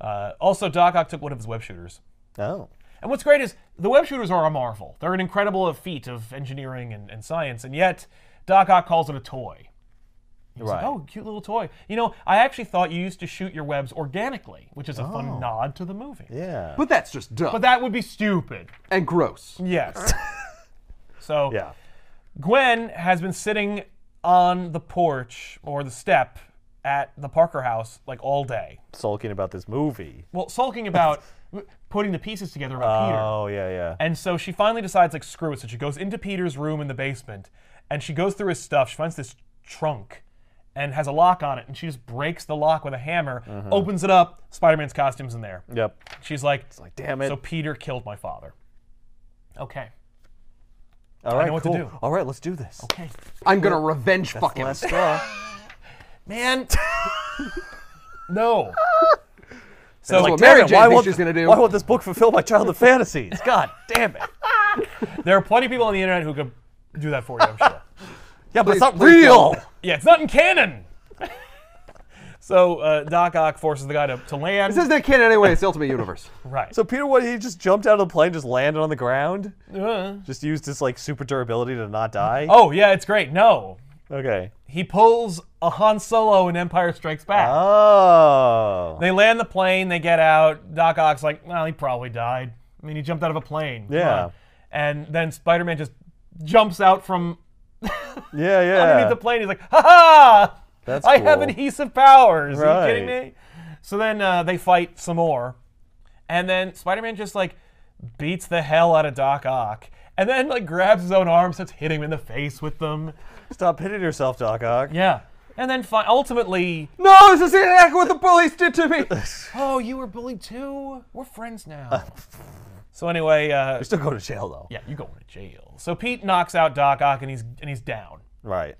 Speaker 1: Uh, also, Doc Ock took one of his web shooters.
Speaker 2: Oh.
Speaker 1: And what's great is the web shooters are a marvel. They're an incredible feat of engineering and, and science, and yet Doc Ock calls it a toy. He's like,
Speaker 2: Right.
Speaker 1: oh, cute little toy. You know, I actually thought you used to shoot your webs organically, which is a
Speaker 2: Oh.
Speaker 1: fun nod to the movie.
Speaker 2: Yeah.
Speaker 3: But that's just dumb
Speaker 1: But that would be stupid.
Speaker 3: and gross.
Speaker 1: Yes. [LAUGHS] so
Speaker 2: yeah.
Speaker 1: Gwen has been sitting on the porch or the step at the Parker house like all day.
Speaker 2: Sulking about this movie.
Speaker 1: Well, sulking
Speaker 2: [LAUGHS]
Speaker 1: about putting the pieces together about Peter.
Speaker 2: Oh yeah, yeah.
Speaker 1: And so she finally decides, like, screw it. So she goes into Peter's room in the basement and she goes through his stuff. She finds this trunk and has a lock on it. And she just breaks the lock with a hammer,
Speaker 2: Mm-hmm.
Speaker 1: opens it up. Spider Man's costume's in there.
Speaker 2: Yep.
Speaker 1: She's like,
Speaker 2: Mm. Like damn it.
Speaker 1: So Peter killed my father. Okay.
Speaker 2: All right,
Speaker 1: know what to
Speaker 2: cool.
Speaker 1: do. Oh,
Speaker 2: All right, let's do this.
Speaker 1: Okay.
Speaker 3: I'm going to revenge fuck him.
Speaker 2: Last straw.
Speaker 1: [LAUGHS] Man. no. [LAUGHS] So,
Speaker 3: That's
Speaker 2: [LAUGHS]
Speaker 3: what
Speaker 2: Damn
Speaker 3: Mary
Speaker 2: it,
Speaker 3: Jane
Speaker 2: why
Speaker 3: thinks
Speaker 2: won't-
Speaker 3: she's gonna do.
Speaker 2: Why won't this book fulfill my childhood fantasies? God damn it.
Speaker 1: there are plenty of people on the internet who could do that for you, I'm sure.
Speaker 2: Yeah, but it's not
Speaker 3: please
Speaker 2: real.
Speaker 3: don't.
Speaker 1: Yeah, it's not in canon. [LAUGHS] so uh, Doc Ock forces the guy to, to land.
Speaker 3: This isn't a kid anyway, it's the Ultimate Universe. [LAUGHS]
Speaker 1: right.
Speaker 2: So Peter, what? He just jumped out of the plane, just landed on the ground,
Speaker 1: Uh.
Speaker 2: just used his like super durability to not die.
Speaker 1: Oh yeah, it's great. No,
Speaker 2: Okay.
Speaker 1: he pulls a Han Solo in Empire Strikes Back.
Speaker 2: Ah. Oh.
Speaker 1: They land the plane. They get out. Doc Ock's like, well, he probably died. I mean, he jumped out of a plane. Come
Speaker 2: Yeah.
Speaker 1: on." And then Spider-Man just jumps out from
Speaker 2: Yeah,
Speaker 1: underneath
Speaker 2: yeah.
Speaker 1: the plane. He's like, ha ha!
Speaker 2: That's
Speaker 1: I have
Speaker 2: cool.
Speaker 1: adhesive powers. Are
Speaker 2: Right.
Speaker 1: you kidding me? So then uh, they fight some more, and then Spider-Man just like beats the hell out of Doc Ock, and then like grabs his own arm, starts hitting him in the face with them.
Speaker 2: Stop hitting yourself, Doc Ock.
Speaker 1: Yeah. And then fi- ultimately,
Speaker 3: No, this is exactly what the bullies did
Speaker 1: [LAUGHS]
Speaker 3: to me.
Speaker 1: oh, you were bullied too. We're friends
Speaker 2: [LAUGHS]
Speaker 1: now. so anyway, uh,
Speaker 2: You're still going to jail though.
Speaker 1: yeah, you going to jail. So Pete knocks out Doc Ock, and he's and he's down.
Speaker 2: Right.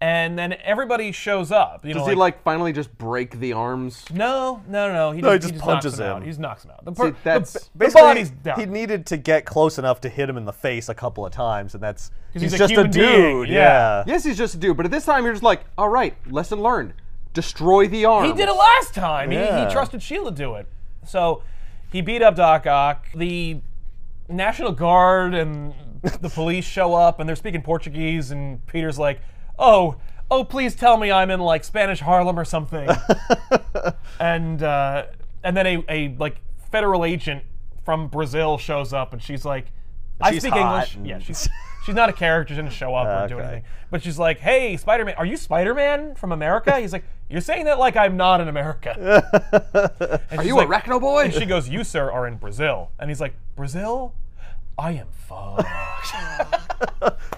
Speaker 1: And then everybody shows up. You know,
Speaker 3: Does he like finally just break the arms?
Speaker 1: No, no, no. He,
Speaker 2: No,
Speaker 1: just, he
Speaker 2: he just
Speaker 1: just
Speaker 2: punches
Speaker 1: knocks him. Out.
Speaker 2: him.
Speaker 1: He just knocks him out. The, per- the-
Speaker 3: that's-
Speaker 1: the,
Speaker 2: Basically,
Speaker 1: body's down.
Speaker 2: he needed to get close enough to hit him in the face a couple of times, and that's he's,
Speaker 1: he's a
Speaker 2: just
Speaker 1: human being,
Speaker 2: dude.
Speaker 1: yeah.
Speaker 3: Yes, he's just a dude, but at this time you're just like, all right, lesson learned. Destroy the arms.
Speaker 1: He did it last time. He,
Speaker 2: Yeah.
Speaker 1: he trusted Sheila to do it. So he beat up Doc Ock. The National
Speaker 2: [LAUGHS]
Speaker 1: Guard and the police show up and they're speaking Portuguese, and Peter's like, oh, "Oh, please tell me I'm in like Spanish Harlem or
Speaker 2: [LAUGHS]
Speaker 1: something," and uh, and then a, a like federal agent from Brazil shows up, and she's like, "I
Speaker 2: She's
Speaker 1: speak English."
Speaker 2: hot and-
Speaker 1: Yeah,
Speaker 2: [LAUGHS]
Speaker 1: she's she's not a character. She didn't show up or do
Speaker 2: Okay.
Speaker 1: anything. But she's like, "Hey, Spider Man, are you Spider Man from America?" He's like, "You're saying that like I'm not in America."
Speaker 2: [LAUGHS]
Speaker 1: And
Speaker 3: Are
Speaker 1: she's
Speaker 3: you
Speaker 1: like,
Speaker 3: a arachno boy?
Speaker 1: she goes, "You sir are in Brazil," and he's like, "Brazil." I am fucked.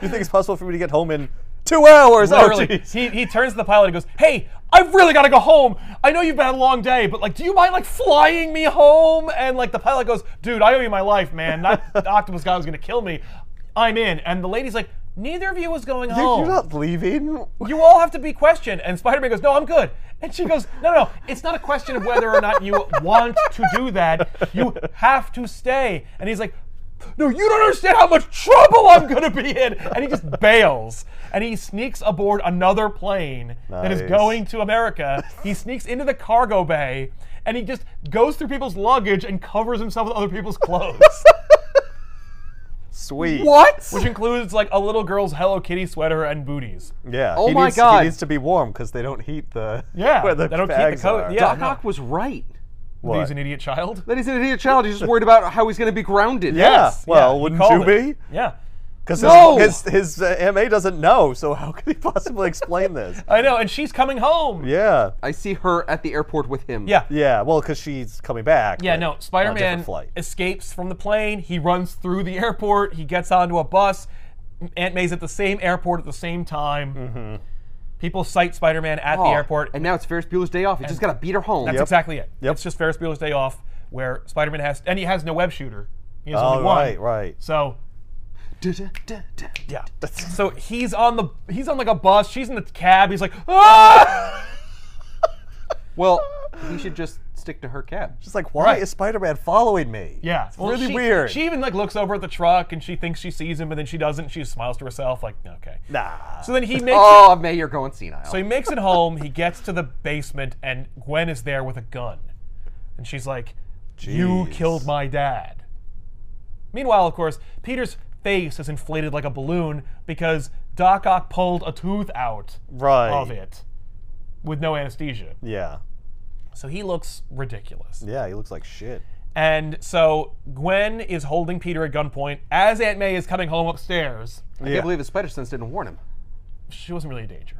Speaker 2: You think it's possible for me to get home in two
Speaker 1: [LAUGHS]
Speaker 2: hours?
Speaker 1: Literally,
Speaker 2: [LAUGHS] Oh, jeez.
Speaker 1: he, he turns to the pilot and goes, "Hey, I've really got to go home. I know you've had a long day, but like, do you mind like flying me home?" And like the pilot goes, "Dude, I owe you my life, man. That
Speaker 2: [LAUGHS]
Speaker 1: octopus guy was gonna kill me. I'm in." And the lady's like, "Neither of you is going
Speaker 2: You're,
Speaker 1: home.
Speaker 2: you're not leaving.
Speaker 1: You all have to be questioned." And Spider-Man goes, "No, I'm good." And she goes, "No, no, no. It's not a question of whether or not you want to do that. You have to stay." And he's like. No, you don't understand how much trouble I'm gonna be in. And he just bails. And he sneaks aboard another plane that is
Speaker 2: Nice.
Speaker 1: going to America. He sneaks into the cargo bay and he just goes through people's luggage and covers himself with other people's clothes.
Speaker 2: Sweet.
Speaker 3: what?
Speaker 1: which includes like a little girl's Hello Kitty sweater and booties.
Speaker 2: Yeah.
Speaker 3: Oh
Speaker 2: he
Speaker 3: my
Speaker 2: needs,
Speaker 3: God.
Speaker 2: He needs to be warm because they don't heat the.
Speaker 1: Yeah,
Speaker 2: [LAUGHS] Where the
Speaker 1: they don't heat the
Speaker 2: bags
Speaker 1: coat,
Speaker 2: are.
Speaker 1: yeah.
Speaker 3: Doc Ock was right.
Speaker 2: What?
Speaker 1: He's an idiot child.
Speaker 3: That he's an idiot child. He's just worried about how he's going to be grounded.
Speaker 2: Yeah.
Speaker 1: Yes,
Speaker 2: well,
Speaker 1: he
Speaker 2: wouldn't
Speaker 1: called
Speaker 2: you
Speaker 1: it.
Speaker 2: be?
Speaker 1: Yeah.
Speaker 2: Because
Speaker 3: No!
Speaker 2: his his, his uh, MA doesn't know, so how could he possibly
Speaker 1: [LAUGHS]
Speaker 2: explain this?
Speaker 1: I know, and she's coming home.
Speaker 2: Yeah.
Speaker 3: I see her at the airport with him.
Speaker 1: Yeah.
Speaker 2: Yeah. Well, because she's coming back.
Speaker 1: Yeah,
Speaker 2: but
Speaker 1: no.
Speaker 2: on
Speaker 1: Spider
Speaker 2: a different
Speaker 1: Man
Speaker 2: flight.
Speaker 1: escapes from the plane. He runs through the airport. He gets onto a bus. Aunt May's at the same airport at the same time.
Speaker 2: Mm-hmm.
Speaker 1: People cite Spider Man at the
Speaker 3: Oh,
Speaker 1: airport.
Speaker 3: And now it's Ferris Bueller's day off. He's just got to beat her home.
Speaker 1: That's exactly it.
Speaker 2: Yep.
Speaker 1: It's just Ferris Bueller's Day Off, where Spider Man has, and he has no web shooter. He has
Speaker 2: Oh,
Speaker 1: only one.
Speaker 2: right, right.
Speaker 1: So
Speaker 3: Da-da-da-da.
Speaker 2: [LAUGHS]
Speaker 1: yeah. so he's on the he's on like a bus. She's in the cab.
Speaker 2: [LAUGHS]
Speaker 1: He's like, ah!
Speaker 3: Well, he should just stick to her cab.
Speaker 2: Just like, why
Speaker 1: Right.
Speaker 2: is Spider-Man following me?
Speaker 1: Yeah.
Speaker 2: It's
Speaker 1: Well,
Speaker 2: really
Speaker 1: she-
Speaker 2: weird.
Speaker 1: She even like looks over at the truck and she thinks she sees him, but then she doesn't. She smiles to herself like, okay.
Speaker 2: nah.
Speaker 1: So then
Speaker 2: [LAUGHS]
Speaker 1: he makes it
Speaker 3: Oh, May, you're going senile.
Speaker 1: So he makes it home. He gets to the basement, and Gwen is there with a gun, and she's like, "You
Speaker 2: Jeez.
Speaker 1: killed my dad." Meanwhile, of course, Peter's face is inflated like a balloon because Doc Ock pulled a tooth out
Speaker 2: Right.
Speaker 1: of it with no anesthesia,
Speaker 2: Yeah.
Speaker 1: so he looks ridiculous.
Speaker 2: Yeah. He looks like shit.
Speaker 1: And so Gwen is holding Peter at gunpoint as Aunt May is coming home upstairs.
Speaker 3: I
Speaker 2: Yeah.
Speaker 3: can't believe his spider sense didn't warn him.
Speaker 1: She wasn't really a danger,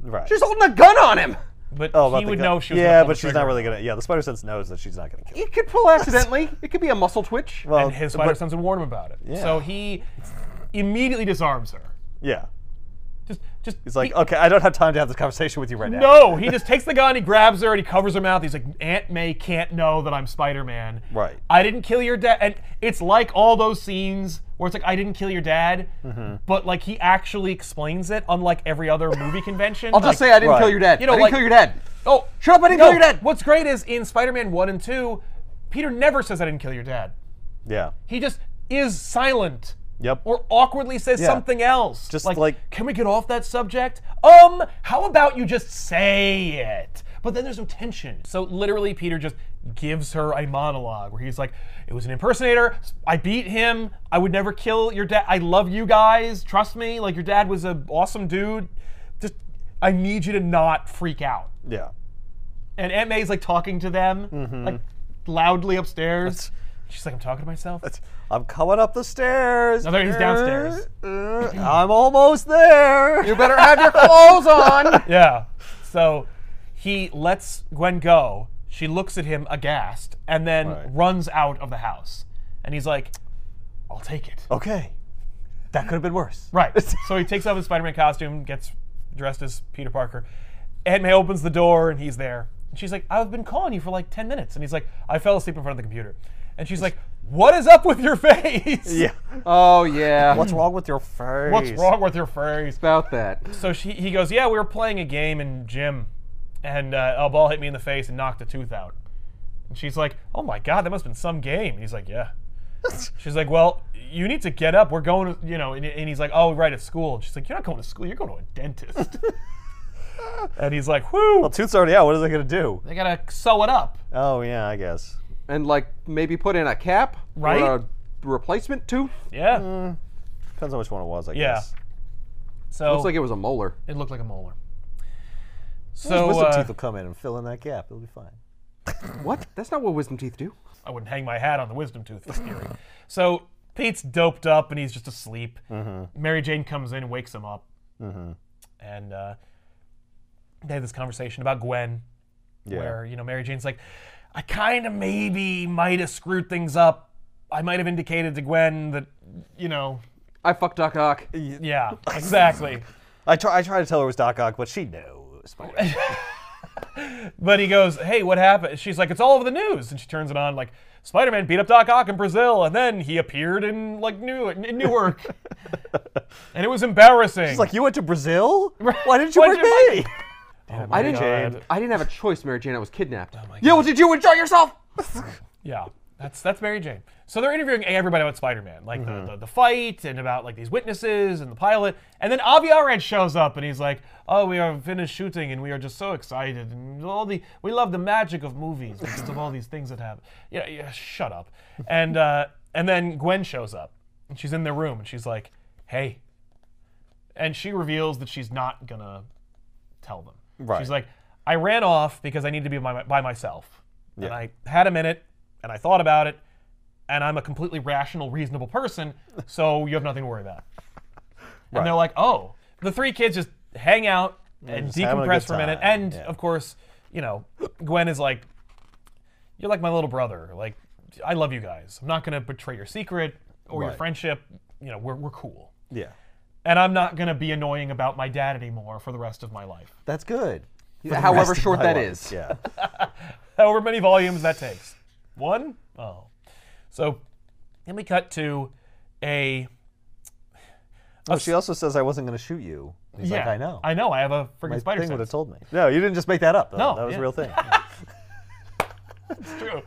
Speaker 2: Right.
Speaker 3: She's holding a gun on him.
Speaker 1: but
Speaker 2: Oh, about
Speaker 1: he
Speaker 2: the
Speaker 1: would
Speaker 2: gun.
Speaker 1: know she was.
Speaker 2: Yeah,
Speaker 1: gonna pull
Speaker 2: but
Speaker 1: the
Speaker 2: she's
Speaker 1: trigger.
Speaker 2: not really gonna. Yeah, the spider sense knows that she's not gonna kill. him.
Speaker 3: It could pull accidentally. it could be a muscle twitch.
Speaker 2: Well,
Speaker 1: and his
Speaker 2: but-
Speaker 1: spider sense would warn him about it.
Speaker 2: Yeah.
Speaker 1: So he immediately disarms her.
Speaker 2: Yeah.
Speaker 1: Just, just.
Speaker 2: He's like, "Oh,
Speaker 1: he-
Speaker 2: okay, I don't have time to have this conversation with you right now.
Speaker 1: no. He just takes the gun. He grabs her and he covers her mouth. He's like, Aunt May can't know that I'm Spider Man.
Speaker 2: Right.
Speaker 1: I didn't kill your dad. And it's like all those scenes where it's like, I didn't kill your dad,
Speaker 2: Mm-hmm.
Speaker 1: but like he actually explains it, unlike every other movie convention.
Speaker 3: I'll just say I didn't
Speaker 2: right.
Speaker 3: kill your dad.
Speaker 1: You know,
Speaker 3: I didn't
Speaker 1: like-
Speaker 3: kill your dad.
Speaker 1: Oh,
Speaker 3: Shut up, I didn't
Speaker 1: no,
Speaker 3: kill your dad.
Speaker 1: What's great is in Spider Man 1 and 2, Peter never says, I didn't kill your dad.
Speaker 2: Yeah.
Speaker 1: He just is silent.
Speaker 2: Yep.
Speaker 1: Or awkwardly says
Speaker 2: Yeah.
Speaker 1: something else.
Speaker 2: Just like-
Speaker 1: can we get off that subject? Um, how about you just say it? But then there's no tension. So literally, Peter just gives her a monologue where he's like, "It was an impersonator. I beat him. I would never kill your dad. I love you guys. Trust me. Like your dad was an awesome dude. Just, I need you to not freak out."
Speaker 2: Yeah.
Speaker 1: and Aunt May's like talking to them, like loudly upstairs. Mm-hmm. She's like, I'm talking to myself.
Speaker 2: I'm coming up the stairs.
Speaker 1: No, there- he's downstairs.
Speaker 2: Uh, I'm almost there.
Speaker 3: You better have your clothes on.
Speaker 1: [LAUGHS] yeah. So he lets Gwen go. She looks at him aghast and then
Speaker 2: Right.
Speaker 1: runs out of the house. And he's like, I'll take it.
Speaker 2: okay. That could have been worse.
Speaker 1: Right. [LAUGHS] so he takes off his Spider Man costume, gets dressed as Peter Parker. Aunt May opens the door and he's there. And she's like, I've been calling you for like 10 minutes. And he's like, I fell asleep in front of the computer. And she's like, What is up with your [LAUGHS] face?
Speaker 2: Yeah.
Speaker 3: Oh yeah.
Speaker 2: What's wrong with your face?
Speaker 1: What's wrong with your face?
Speaker 3: about that?
Speaker 1: So she, he goes, yeah, we were playing a game in gym, and uh, a ball hit me in the face and knocked a tooth out. And she's like, oh my god, that must have been some game. And he's like,
Speaker 3: [LAUGHS]
Speaker 1: yeah. She's like, well, you need to get up. We're going, to, you know. And, and he's like, oh, right, at school. And she's like, you're not going to school. You're going to a
Speaker 3: [LAUGHS]
Speaker 1: dentist. and he's like, whoo,
Speaker 2: Tooth's already out. What are they gonna do?
Speaker 1: they gotta sew it up.
Speaker 2: Oh yeah, I guess.
Speaker 3: And like maybe put in a cap
Speaker 1: Right?
Speaker 3: or a replacement tooth.
Speaker 1: Yeah.
Speaker 3: Mm.
Speaker 2: Depends on which one it was, I
Speaker 1: Yeah.
Speaker 2: guess.
Speaker 1: So
Speaker 3: Looks like it was a molar.
Speaker 1: it looked like a molar. So
Speaker 2: Wisdom
Speaker 1: uh,
Speaker 2: teeth will come in and fill in that gap. It'll be fine.
Speaker 3: What? That's not what wisdom teeth do.
Speaker 1: I wouldn't hang my hat on the wisdom tooth for theory. [LAUGHS] so Pete's doped up and he's just asleep. Mary Jane comes in and wakes him up. And uh, they have this conversation about Gwen, where you know Mary Jane's like, I kind of maybe might have screwed things up. I might have indicated to Gwen that, you know,
Speaker 3: I fuck Doc Ock.
Speaker 1: yeah, exactly.
Speaker 2: I try. I try to tell her it was Doc Ock, but she knew.
Speaker 1: [LAUGHS]
Speaker 2: Spider-Man.
Speaker 1: But he goes, "Hey, what happened?" She's like, "It's all over the news." And she turns it on, like, "Spider-Man beat up Doc Ock in Brazil, and then he appeared in like New in Newark, and it was embarrassing."
Speaker 2: It's like you went to Brazil. Why didn't you
Speaker 1: Why'd
Speaker 2: bring
Speaker 1: you invite
Speaker 2: me?
Speaker 3: I didn't.
Speaker 1: God.
Speaker 3: I didn't have a choice, Mary Jane. I was kidnapped. Oh my Yo, did you enjoy yourself?
Speaker 1: yeah, that's that's Mary Jane. So they're interviewing everybody about Spider-Man, like the, the the fight, and about like these witnesses and the pilot, and then Avi Arad shows up, and he's like, "Oh, we are finished shooting, and we are just so excited, and all the we love the magic of movies because of all these things that happen." Yeah, yeah, shut up. And uh, and then Gwen shows up, and she's in their room, and she's like, "Hey," and she reveals that she's not gonna tell them.
Speaker 2: Right.
Speaker 1: She's like, I ran off because I need to be by, my, by myself. And I had a minute and I thought about it and I'm a completely rational, reasonable person, so you have nothing to worry about. And they're like, oh. The three kids just hang out and
Speaker 2: just having a
Speaker 1: decompress
Speaker 2: good
Speaker 1: for a minute.
Speaker 2: time,
Speaker 1: And
Speaker 2: yeah.
Speaker 1: of course, you know, Gwen is like, you're like my little brother. Like, I love you guys. I'm not going to betray your secret or your
Speaker 2: Right.
Speaker 1: friendship. You know, we're, we're cool.
Speaker 2: Yeah,
Speaker 1: And I'm not going to be annoying about my dad anymore for the rest of my life.
Speaker 2: that's good. For the
Speaker 3: However
Speaker 2: rest of
Speaker 3: short
Speaker 2: my
Speaker 3: that
Speaker 2: life.
Speaker 3: is.
Speaker 2: Yeah.
Speaker 1: however many volumes that takes. One? Oh. So then we cut to a
Speaker 2: Well, she also says I wasn't going to shoot you. He's like, I know.
Speaker 1: I know, I have a freaking
Speaker 2: My
Speaker 1: spider
Speaker 2: thing would have
Speaker 1: sense.
Speaker 2: told me. No, you didn't just make that up. though.
Speaker 1: No,
Speaker 2: that was
Speaker 1: yeah.
Speaker 2: a real thing.
Speaker 1: It's true.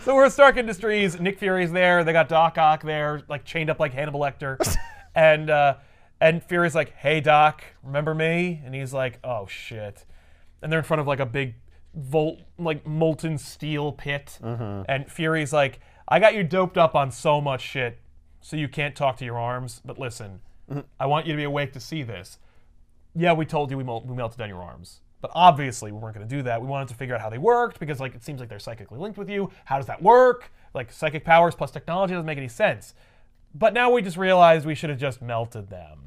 Speaker 1: So we're at Stark Industries, Nick Fury's there, they got Doc Ock there, like chained up like Hannibal Lecter. and uh and Fury's like, Hey Doc, remember me? And he's like, Oh shit. And they're in front of like a big volt like molten steel pit. And Fury's like, I got you doped up on so much shit, so you can't talk to your arms, but listen, I want you to be awake to see this. yeah, we told you we, mel- we melted down your arms. But obviously, we weren't going to do that. We wanted to figure out how they worked because, like, it seems like they're psychically linked with you. How does that work? Like, psychic powers plus technology doesn't make any sense. But now we just realized we should have just melted them.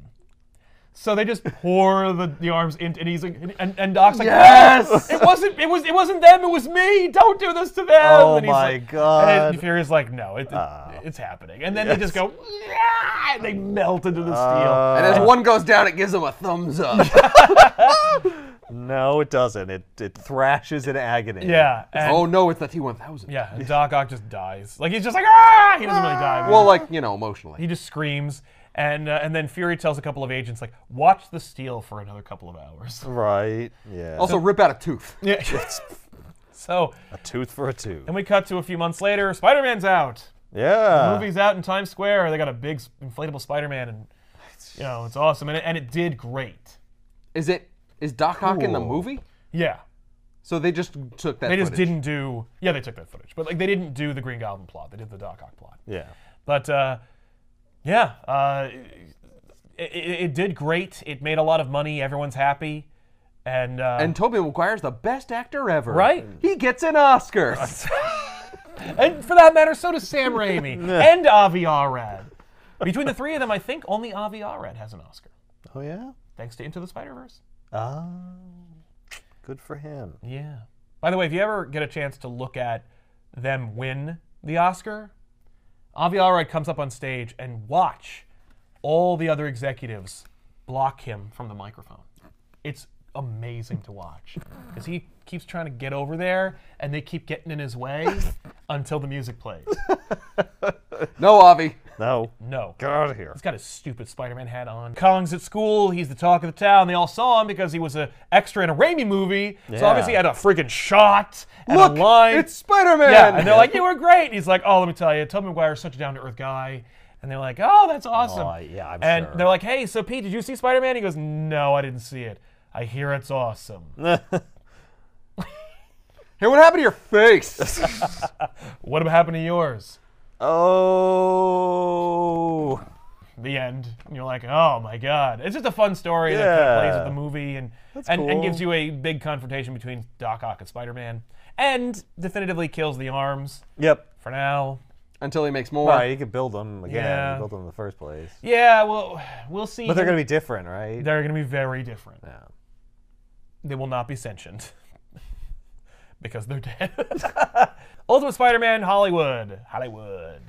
Speaker 1: So they just [LAUGHS] pour the, the arms into, and he's like, and- and, and Doc's like,
Speaker 3: Yes!
Speaker 1: it wasn't, it was, it wasn't them. It was me. Don't do this to them.
Speaker 2: Oh
Speaker 1: and he's
Speaker 2: my
Speaker 1: like,
Speaker 2: God. Ah.
Speaker 1: And Fury's like, no, it, it- it's happening. And then they just go, "Yeah," and they melt into the steel.
Speaker 2: Uh.
Speaker 3: And as one goes down, it gives him a thumbs up.
Speaker 2: No, it doesn't. It it thrashes in agony.
Speaker 1: yeah. and-
Speaker 3: oh no, it's the T1000.
Speaker 1: Yeah, and Doc Ock just dies. Like he's just like ah, he doesn't really die.
Speaker 3: Well,
Speaker 1: Well,
Speaker 3: like you know, emotionally.
Speaker 1: he just screams, and uh, and then Fury tells a couple of agents like, watch the steel for another couple of
Speaker 3: [LAUGHS]
Speaker 1: hours.
Speaker 2: Right. Yeah.
Speaker 3: Also, rip out a tooth.
Speaker 1: Yeah. [LAUGHS] so
Speaker 2: a tooth for a tooth.
Speaker 1: then we cut to a few months later. Spider-Man's out.
Speaker 3: Uh.
Speaker 2: Yeah.
Speaker 1: Movie's out in Times Square. They got a big s- inflatable Spider-Man, and you know it's awesome, and it, and it did great.
Speaker 3: Is it? Is Doc Ock in the
Speaker 2: Cool.
Speaker 3: movie?
Speaker 1: Yeah.
Speaker 3: So they just took that.
Speaker 1: They just
Speaker 3: footage.
Speaker 1: didn't do. Yeah, they took that footage, but like they didn't do the Green Goblin plot. They did the Doc Ock plot.
Speaker 2: Yeah.
Speaker 1: But uh, yeah, uh, it, it, it did great. It made a lot of money. Everyone's happy, and uh,
Speaker 3: And Toby McGuire's the best actor ever.
Speaker 1: Right.
Speaker 3: He gets
Speaker 1: [LAUGHS]
Speaker 3: an Oscar.
Speaker 1: and for that matter, so does Sam Raimi and Avi Arad. Between the three of them, I think only Avi Arad has an Oscar,
Speaker 2: Oh yeah.
Speaker 1: thanks to Into the Spider Verse.
Speaker 2: Ah. Good for him.
Speaker 1: Yeah. By the way, if you ever get a chance to look at them win the Oscar, Avi Allred comes up on stage and watch all the other executives block him from the microphone. It's amazing to watch because he keeps trying to get over there and they keep getting in his
Speaker 3: [LAUGHS]
Speaker 1: way until the music plays.
Speaker 3: no, Avi.
Speaker 2: No.
Speaker 1: No.
Speaker 2: Get out of here.
Speaker 1: He's got his stupid Spider-Man hat on. Kong's at school. He's the talk of the town. They all saw him because he was an extra in a Raimi movie. So
Speaker 2: Yeah.
Speaker 1: obviously he had a freaking shot and
Speaker 3: Look,
Speaker 1: a line.
Speaker 3: it's Spider-Man.
Speaker 1: Yeah, and they're like, "You were great." And he's like, "Oh, let me tell you, Tobey Maguire's such a down-to-earth guy." And they're like, "Oh, that's awesome."
Speaker 2: Oh, yeah, I'm
Speaker 1: and
Speaker 2: sure.
Speaker 1: they're like, "Hey, so Pete, did you see Spider-Man?" He goes, "No, I didn't see it. I hear it's
Speaker 2: [LAUGHS]
Speaker 1: awesome."
Speaker 3: Hey, what happened to your
Speaker 1: [LAUGHS]
Speaker 3: face?
Speaker 1: what happened to yours?
Speaker 2: Oh.
Speaker 1: the end. And you're like, oh my god, it's just a fun story that kind of plays
Speaker 2: Yeah.
Speaker 1: with the movie and and, and
Speaker 2: cool.
Speaker 1: gives you a big confrontation between Doc Ock and Spider-Man, and definitively kills the arms
Speaker 2: Yep.
Speaker 1: for now.
Speaker 3: until he makes more.
Speaker 2: All right, you could build them again.
Speaker 1: Yeah.
Speaker 2: You build them in the first place.
Speaker 1: Yeah, well, we'll see.
Speaker 2: But they're going to be different, right?
Speaker 1: they're gonna be very different.
Speaker 2: Yeah.
Speaker 1: they will not be sentient [LAUGHS] because they're dead. [LAUGHS] Ultimate Spider-Man Hollywood, Hollywood.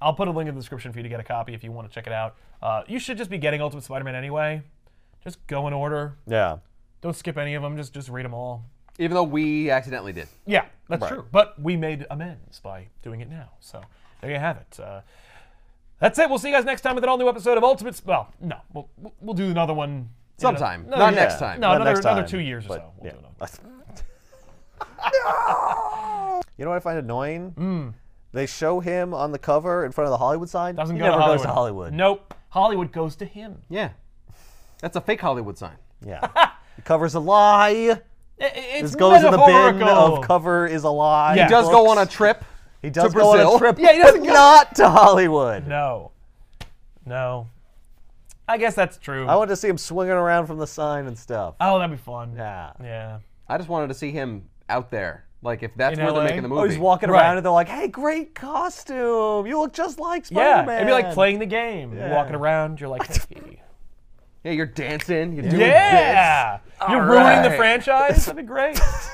Speaker 1: I'll put a link in the description for you to get a copy if you want to check it out. Uh, you should just be getting Ultimate Spider-Man anyway. Just go in order.
Speaker 2: Yeah.
Speaker 1: Don't skip any of them. Just just read them all.
Speaker 3: Even though we accidentally did.
Speaker 1: Yeah, that's true. But we made amends by doing it now. So there you have it. Uh, that's it. We'll see you guys next time with an all new episode of Ultimate. Sp- well, no, we'll we'll do another one in a-
Speaker 3: Sometime.
Speaker 1: another-
Speaker 3: Not next time.
Speaker 1: No,
Speaker 2: Not
Speaker 1: another
Speaker 2: next
Speaker 1: another
Speaker 2: time,
Speaker 1: two years or
Speaker 2: but
Speaker 1: so. We'll do another.
Speaker 2: [LAUGHS] No! You know what I find annoying?
Speaker 1: Mm.
Speaker 2: They show him on the cover in front of the Hollywood sign.
Speaker 1: Doesn't
Speaker 2: he
Speaker 1: go
Speaker 2: never
Speaker 1: to Hollywood.
Speaker 2: goes to Hollywood.
Speaker 1: Nope. Hollywood goes to him.
Speaker 3: Yeah. That's a fake Hollywood sign.
Speaker 1: [LAUGHS]
Speaker 2: Yeah. the cover's a lie.
Speaker 1: I- I- It's
Speaker 2: This goes in the bin
Speaker 1: metaphorical.
Speaker 2: of cover is a lie.
Speaker 1: Yeah.
Speaker 3: He does go on a
Speaker 2: books.
Speaker 3: trip.
Speaker 2: He does
Speaker 3: to
Speaker 2: go on
Speaker 1: [LAUGHS]
Speaker 3: Brazil.
Speaker 2: a trip.
Speaker 3: Yeah, he
Speaker 2: but
Speaker 3: doesn't go-
Speaker 2: not to Hollywood.
Speaker 1: No. No. I guess that's true.
Speaker 2: I want to see him swinging around from the sign and stuff.
Speaker 1: oh, that'd be fun.
Speaker 2: Yeah.
Speaker 1: Yeah.
Speaker 3: I just wanted to see him out there. Like, if that's
Speaker 1: In
Speaker 3: where
Speaker 1: LA?
Speaker 3: they're making the
Speaker 1: Oh,
Speaker 2: Oh,
Speaker 3: movie.
Speaker 2: he's walking
Speaker 1: Right.
Speaker 2: around and they're like, "Hey, great costume! You look just like
Speaker 1: Yeah.
Speaker 2: Spider-Man."
Speaker 1: It'd be like playing the game. You're
Speaker 2: Yeah.
Speaker 1: walking around.
Speaker 2: [LAUGHS]
Speaker 1: You're like, hey.
Speaker 3: yeah, you're dancing. You're doing
Speaker 1: yeah. You're
Speaker 3: All
Speaker 1: ruining the
Speaker 3: right.
Speaker 1: franchise. That'd be great.